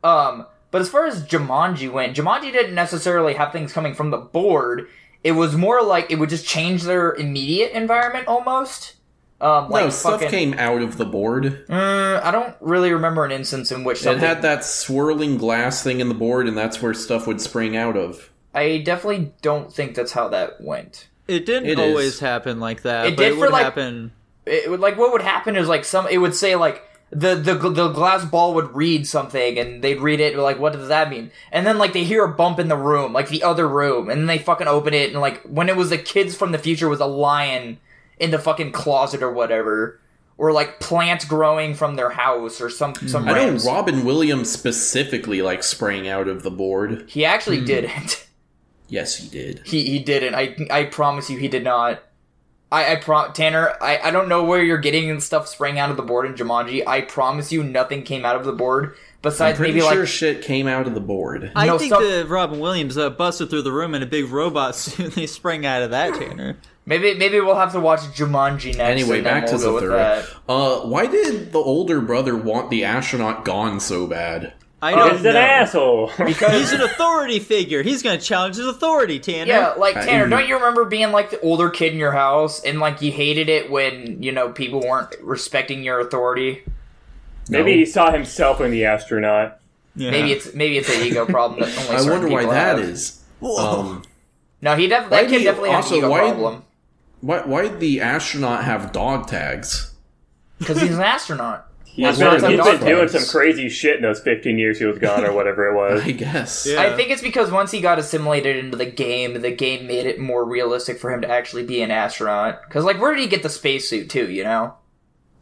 Um, but as far as Jumanji went, Jumanji didn't necessarily have things coming from the board. It was more like it would just change their immediate environment almost. Um, like
no, stuff
fucking-
came out of the board.
Mm, I don't really remember an instance in which
It
something.
had that swirling glass thing in the board, and that's where stuff would spring out of.
I definitely don't think that's how that went.
It didn't
It is.
always happen like that.
It
but
did
it
for,
would
like-
happen.
It would, like what would happen is like some. It would say like the the gl- the glass ball would read something, and they'd read it. and Like what does that mean? And then like they hear a bump in the room, like the other room, and then they fucking open it, and like when it was the kids from the future was a lion in the fucking closet or whatever. Or like plants growing from their house, or some some.
I know
random-
Robin Williams specifically like sprang out of the board.
He actually
Hmm.
didn't.
Yes, he did.
He he didn't. I I promise you, he did not. I I prom Tanner. I I don't know where you're getting stuff spraying out of the board in Jumanji. I promise you, nothing came out of the board
I'm
besides
pretty
maybe
sure
like
shit came out of the board.
I
No,
think
some-
that Robin Williams uh, busted through the room in a big robot suit. They sprang out of that, Tanner.
maybe maybe we'll have to watch Jumanji next.
Anyway,
and then
back to
we'll go with
Zathura.
that.
Uh, why did the older brother want the astronaut gone so bad?
I
Because
don't
he's
know.
an asshole.
He's an authority figure. He's going to challenge his authority, Tanner.
Yeah, like
Uh,
Tanner,
mm.
don't you remember being like the older kid in your house and like you hated it when you know people weren't respecting your authority?
Maybe
No.
he saw himself in the astronaut.
Yeah.
Maybe it's maybe it's an ego problem that only
I
certain
wonder why
people
that
have.
is. Um,
No, he def-
Why
that
do
kid
you-
definitely has
also,
an ego
why-
problem
why why did the astronaut have dog tags?
because he's an astronaut.
He's
Well,
been,
that's
he's
a
been
dog
doing
fight.
some crazy shit in those 15 years he was gone or whatever it was.
I guess.
Yeah.
I think it's because once he got assimilated into the game, the game made it more realistic for him to actually be an astronaut. Because, like, where did he get the spacesuit, too, you know?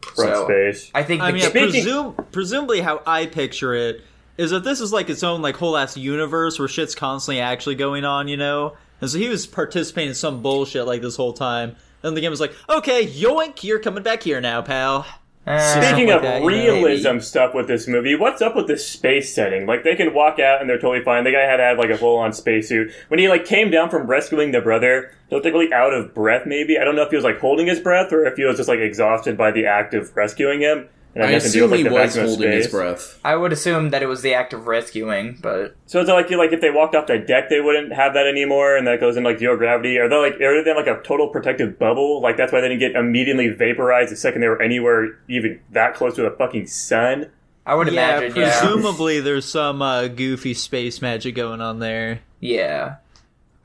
From
So,
space.
I think the
I mean, I
game-
Speaking-
presume, presumably how I picture it is that this is like its own like whole ass universe where shit's constantly actually going on, you know. And so he was participating in some bullshit like this whole time. And the game was like, "Okay, yoink, you're coming back here now, pal."
Uh,
Speaking
like
of
that, you know,
realism
maybe.
stuff with this movie, what's up with this space setting? Like they can walk out and they're totally fine. The guy had to have like a full on spacesuit. When he like came down from rescuing the brother, he looked like really out of breath. Maybe I don't know if he was like holding his breath or if he was just like exhausted by the act of rescuing him. And
I
had nothing to do
assume
with,
he
like, the
was
vacuum of
holding his
space.
breath.
I would assume that it was the act of rescuing, but
So it's like you like if they walked off the deck, they wouldn't have that anymore, and that goes into like zero gravity. Are they like are they in, like a total protective bubble? Like that's why they didn't get immediately vaporized the second they were anywhere even that close to the fucking sun.
I would
yeah,
imagine,
presumably there's some uh, goofy space magic going on there.
yeah. Yeah.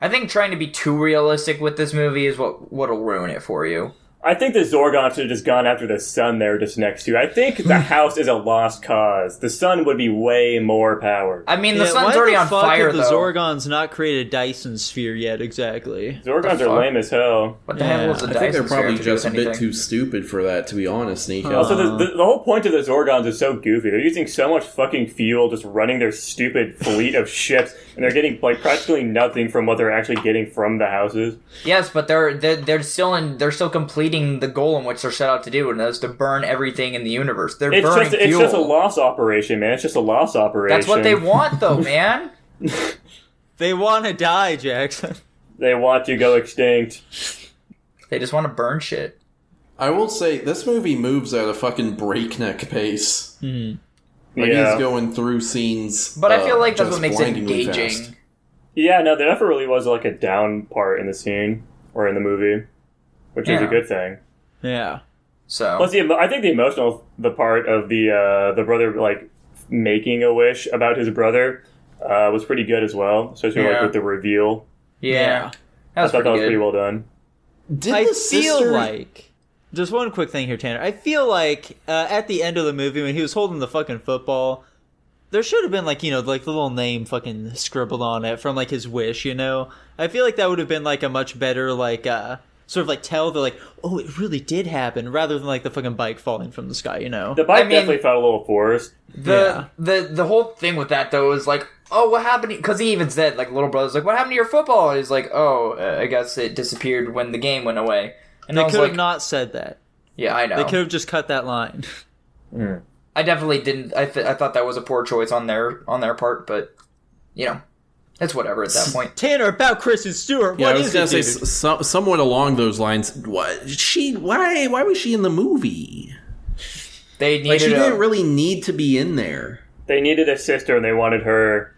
I think trying to be too realistic with this movie is what what'll ruin it for you.
I think the Zorgon should have just gone after the sun they were just next to. I think
Hmm.
the house is a lost cause. The sun would be way more powered.
I mean, the
Yeah,
sun's
why
already
the
on
fuck
fire,
have the
though.
Zorgons not created a Dyson sphere yet? Exactly.
Zorgons
the
are
fuck?
lame as hell.
what the
Yeah.
hell was
I
the
think they're
Dyson sphere
probably
to do
just a
with
bit
anything?
too stupid for that, to be honest, Nico.
Also, the,
Uh.
the, the whole point of the Zorgons is so goofy. They're using so much fucking fuel just running their stupid fleet of ships, and they're getting like practically nothing from what they're actually getting from the houses.
Yes, but they're, they're they're still in they're still completing the goal in which they're set out to do, and that's to burn everything in the universe. They're
It's
burning
just it's
fuel.
just a loss operation, man. It's just a loss operation.
That's what they want, though, man.
They want to die, Jackson.
They want to go extinct.
they just want to burn shit.
I will say this movie moves at a fucking breakneck pace. Like
yeah.
he's going through scenes,
But I
uh,
feel like that's
just
what makes it
blindingly fast.
engaging.
Yeah, no, there never really was like a down part in the scene or in the movie, which is
Yeah.
a good thing.
Yeah.
So
Plus, the emo- I think the emotional the part of the uh, the brother like making a wish about his brother uh, was pretty good as well, especially
Yeah.
like with the reveal.
yeah, that
I
was
thought that
pretty
was
good.
pretty well done.
Did
I
the
feel
sister-
like just one quick thing here, Tanner. I feel like uh, at the end of the movie when he was holding the fucking football, there should have been like you know like the little name fucking scribbled on it from like his wish. You know, I feel like that would have been like a much better like uh sort of like tell that like oh it really did happen rather than like the fucking bike falling from the sky. You know.
The bike
I mean-
definitely felt a little forced.
Yeah.
The the the whole thing with that though is like, oh, what happened? Because he even said like, little brother's like, what happened to your football? And he's like, oh, uh, I guess it disappeared when the game went away. And I
They
was
could have
like,
not said that.
Oh.
yeah, I know.
They could have just cut that line.
I definitely didn't. I th- I thought that was a poor choice on their on their part, but you know, it's whatever at that point.
Tanner about Kristen Stewart.
Yeah,
What
I
is
was gonna
it,
say
dude?
s- so, somewhat along those lines. What she? Why? Why was she in the movie?
They needed
Like she
a,
didn't really need to be in there.
They needed a sister and they wanted her.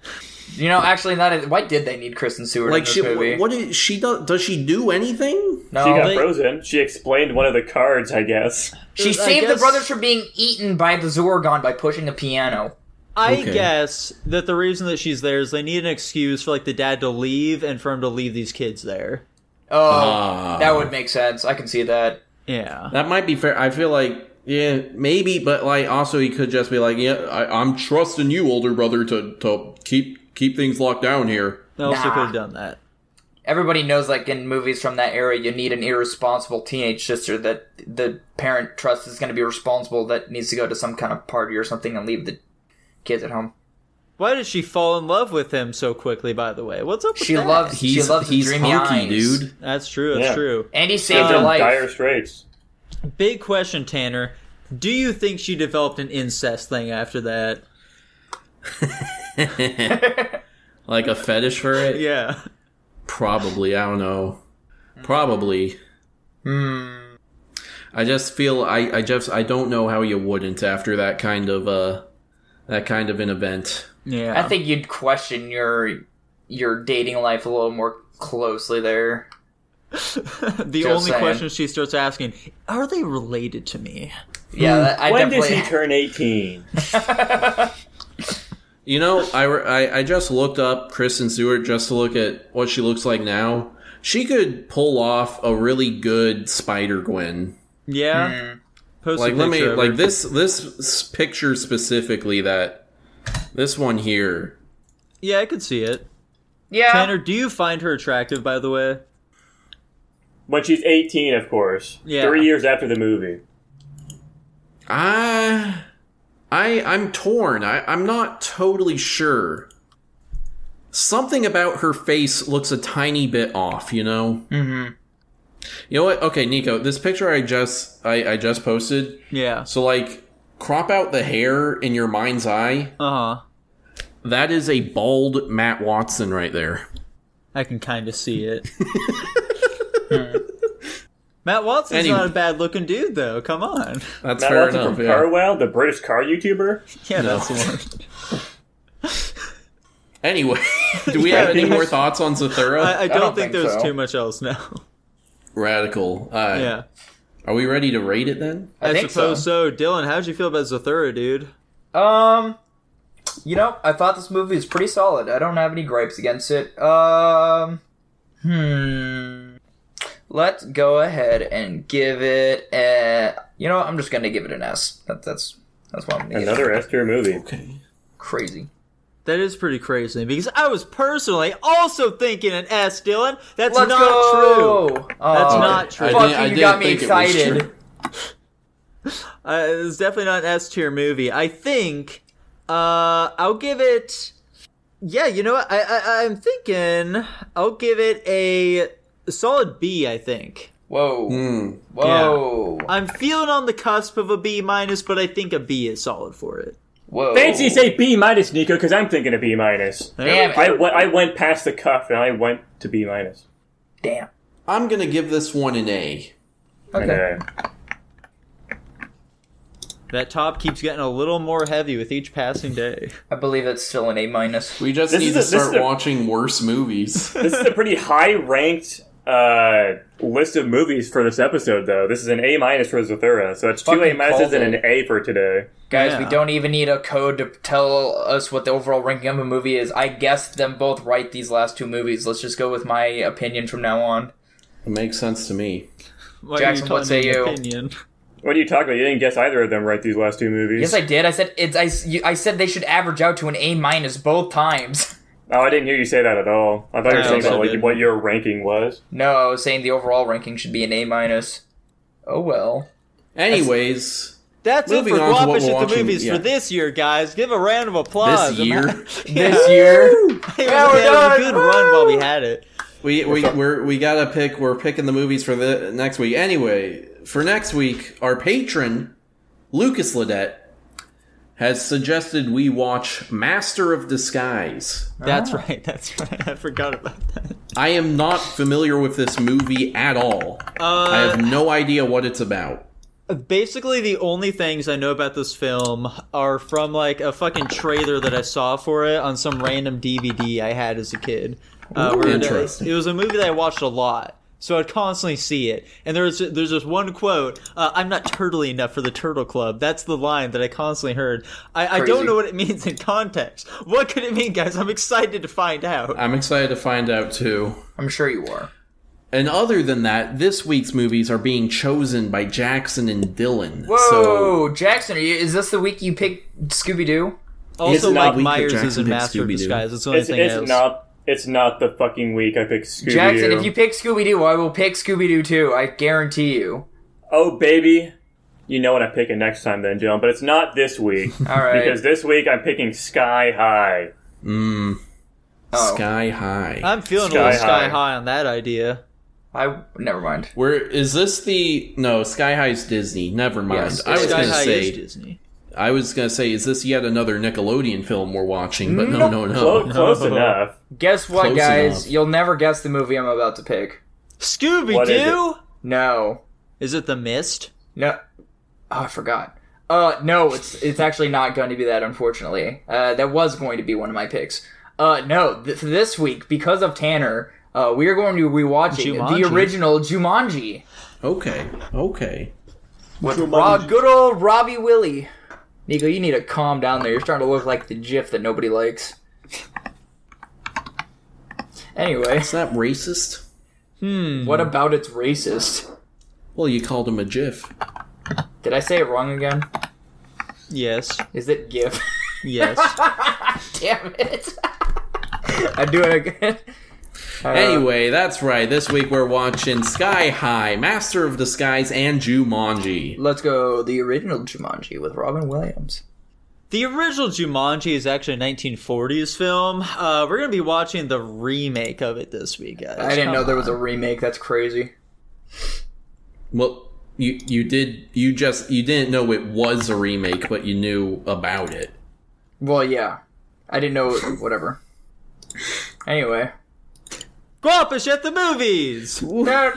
you know. Actually, not. a- Why did they need Kristen Stewart in
Like
this
she,
movie?
what is, she does? Does she do anything?
no,
She got
they-
frozen. She explained one of the cards, I guess.
she
I
saved the
guess-
brothers from being eaten by the Zorgon by pushing a piano.
I
Okay.
guess that the reason that she's there is they need an excuse for like the dad to leave and for him to leave these kids there.
Oh,
Ah.
that would make sense. I can see that.
Yeah.
That might be fair. I feel like yeah, maybe, but like also he could just be like, yeah, I, I'm trusting you, older brother, to to keep keep things locked down here.
They also
Nah.
could have done that.
Everybody knows, like in movies from that era, you need an irresponsible teenage sister that the parent trusts is going to be responsible. That needs to go to some kind of party or something and leave the kids at home.
Why did she fall in love with him so quickly? By the way, what's up? With
She
that?
loves.
He's
she loves his
he's
dreamy
hunky,
eyes.
dude.
That's true. That's
Yeah.
true.
And he
She's
saved her
in
life.
dire straits.
Big question, Tanner. Do you think she developed an incest thing after that?
Like a fetish for it.
Yeah.
Probably. I don't know. Probably.
Hmm.
I just feel I, I just I don't know how you wouldn't after that kind of uh that kind of an event.
Yeah.
I think you'd question your your dating life a little more closely there.
the
Just
only
saying.
question she starts asking are they related to me?
Yeah, that, I
Hmm. when
definitely.
does he turn 18?
You know, I, re- I I just looked up Kristen Stewart just to look at what she looks like now. She could pull off a really good Spider Gwen.
Yeah.
Hmm.
Post a
Like let me
picture of her.
like this this s- picture specifically that this one here.
Yeah, I could see it.
yeah,
Tanner, do you find her attractive? By the way.
When she's 18, of course.
Yeah.
Three years after the movie.
I I I'm torn. I, I'm not totally sure. Something about her face looks a tiny bit off, you know? Mm-hmm. You know what? Okay, Nico, this picture I just I, I just posted.
Yeah.
So like crop out the hair in your mind's eye.
Uh huh.
That is a bald Matt Watson right there.
I can kind of see it. Matt Watson's
Anyway.
not a bad looking dude, though. Come on.
That's
Matt
fair
Watson
enough.
from
yeah.
Carwell, the British car YouTuber.
Yeah, that's the one.
Anyway, do we
Yeah,
have any
dude.
more thoughts on Zathura?
I, I don't,
don't
think,
think
there's
so.
too much else now.
Radical. Uh,
yeah.
Are we ready to rate it then?
I,
I,
think
suppose
so.
so. Dylan, how'd you feel about Zathura, dude?
Um, you know, I thought this movie was pretty solid. I don't have any gripes against it. Um, hmm. Let's go ahead and give it a. You know, I'm just gonna give it an S. That, that's that's what I'm gonna give it.
Another S tier movie.
Okay.
Crazy.
That is pretty crazy because I was personally also thinking an S, Dylan. That's
Let's
not
go.
true.
Oh,
That's not true.
I
Fuck
didn't-
you,
I
you
didn't
got me
think it was
excited.
true.
Uh, it's definitely not an S tier movie. I think uh, I'll give it. Yeah, you know what? I, I I'm thinking I'll give it a solid B. I think
Whoa.
Hmm.
Whoa.
I'm feeling on the cusp of a B minus, but I think a B is solid for it.
Whoa.
Fancy say B minus, Nico, because I'm thinking of B minus.
There
Damn
we
it.
go.
I went, I went past the cuff and I went to B minus.
Damn.
I'm gonna give this one an A.
Okay.
And, uh,
That top keeps getting a little more heavy with each passing day.
I believe it's still an A minus.
We just
This
need
is
to
a- this is
start
a-
watching worse movies.
this is a pretty high ranked uh, list of movies for this episode, though. This is an A minus for Zathura, so it's two A
Fucking
minuses
called
and
it.
an A for today.
Guys,
Yeah.
we don't even need a code to tell us what the overall ranking of a movie is. I guessed them both right these last two movies. Let's just go with my opinion from now on.
it makes sense to me.
Why are
Jackson,
telling
what say
me an
you?
Opinion?
What are you talking about? You didn't guess either of them right these last two movies.
Yes, I did. I said it's. I, s- you- I said they should average out to an A minus both times.
oh, I didn't hear you say that at all. I thought
I
you were saying
also
about like
didn't.
what your ranking was.
No, I was saying the overall ranking should be an A minus. Oh well.
Anyways,
That's
Moving
it for
on to what
Guapish
we're
at the
watching,
movies
yeah.
for this year, guys. Give a round of
this
applause. I'm-
year
This year,
It was,
Yeah, we're
yeah, it was a
done.
good run while we had it.
we we we're, we gotta pick. We're picking the movies for the next week. Anyway, for next week, our patron Lucas Ledette has suggested we watch Master of Disguise.
That's right. That's right. I forgot about that.
I am not familiar with this movie at all. I have no idea what it's about.
Basically, the only things I know about this film are from like a fucking trailer that I saw for it on some random DVD I had as a kid. Uh,
Ooh,
where it-
interesting.
It was a movie that I watched a lot, so I'd constantly see it. And there's there's this one quote: uh, "I'm not turtly enough for the Turtle Club." That's the line that I constantly heard. I, I
Crazy.
don't know what it means in context. What could it mean, guys? I'm excited to find out.
I'm excited to find out too.
I'm sure you are.
And other than that, this week's movies are being chosen by Jackson and Dylan. So
Whoa, Jackson, are you, is this the week you picked Scooby Doo?
Also,
not
weak
Mike
that
Myers
Jackson
is in
picked
Master of
Scooby-Doo.
Disguise. That's the only
It's,
thing
it's
I know.
not. It's not the fucking week I picked Scooby
Jackson, if you pick Scooby Doo, I will pick Scooby Doo too. I guarantee you.
Oh baby, you know what I'm picking next time then, Dylan. But it's not this week
All right.
because this week I'm picking Sky High.
oh,
sky high.
I'm feeling a
Sky
little sky
high.
high on that idea.
I never mind.
Where is this the no? Sky High's Disney. Never mind.
Yes,
I was
sky
gonna
high is
say.
Disney.
I was gonna say. Is this yet another Nickelodeon film we're watching? But no, no,
Clo-
no.
Close enough.
Guess what,
Close
guys?
enough.
You'll never guess the movie I'm about to pick.
Scooby
What is
Doo?
No,
Is it The Mist?
no. Oh, I forgot. Uh, no, it's it's actually not going to be that. Unfortunately, uh, that was going to be one of my picks. Uh, no, th- this week because of Tanner, uh, we are going to be watching
Jumanji.
the original Jumanji.
Okay, okay.
With Rob, good old Robbie Willie. Nico, you need to calm down there. You're starting to look like the GIF that nobody likes. Anyway,
Is that racist?
what about it's racist?
Well, you called him a GIF.
Did I say it wrong again?
Yes.
Is it GIF?
Yes.
Damn it! I do it again. Uh,
Anyway, that's right. This week we're watching Sky High, Master of Disguise, and Jumanji.
let's go the original Jumanji with Robin Williams.
the original Jumanji is actually a 1940s film. Uh, we're gonna be watching the remake of it this week, guys.
I didn't
Come
know there
on.
was a remake. That's crazy.
Well, you you did you just you didn't know it was a remake, but you knew about it.
Well, yeah, I didn't know. Whatever. Anyway.
Guapish at the movies.
I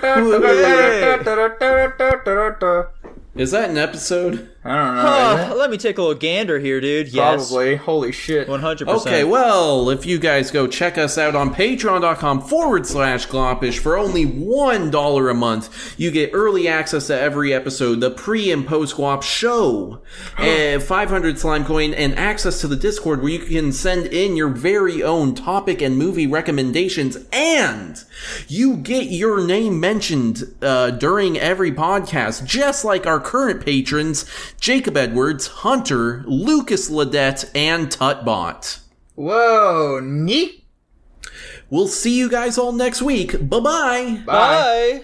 Is that an episode?
don't know.
Uh, let me take a little gander here, dude. Yes.
Probably. Holy shit.
100%.
Okay, well, if you guys go check us out on patreon.com forward slash glopish for only $1 a month, you get early access to every episode, the pre and post glop show, and 500 slime coin, and access to the Discord where you can send in your very own topic and movie recommendations, and you get your name mentioned uh, during every podcast, just like our current patrons, Jacob Edwards, Hunter, Lucas Ledette, and Tutbot.
Whoa, neat.
We'll see you guys all next week. Bye bye.
Bye.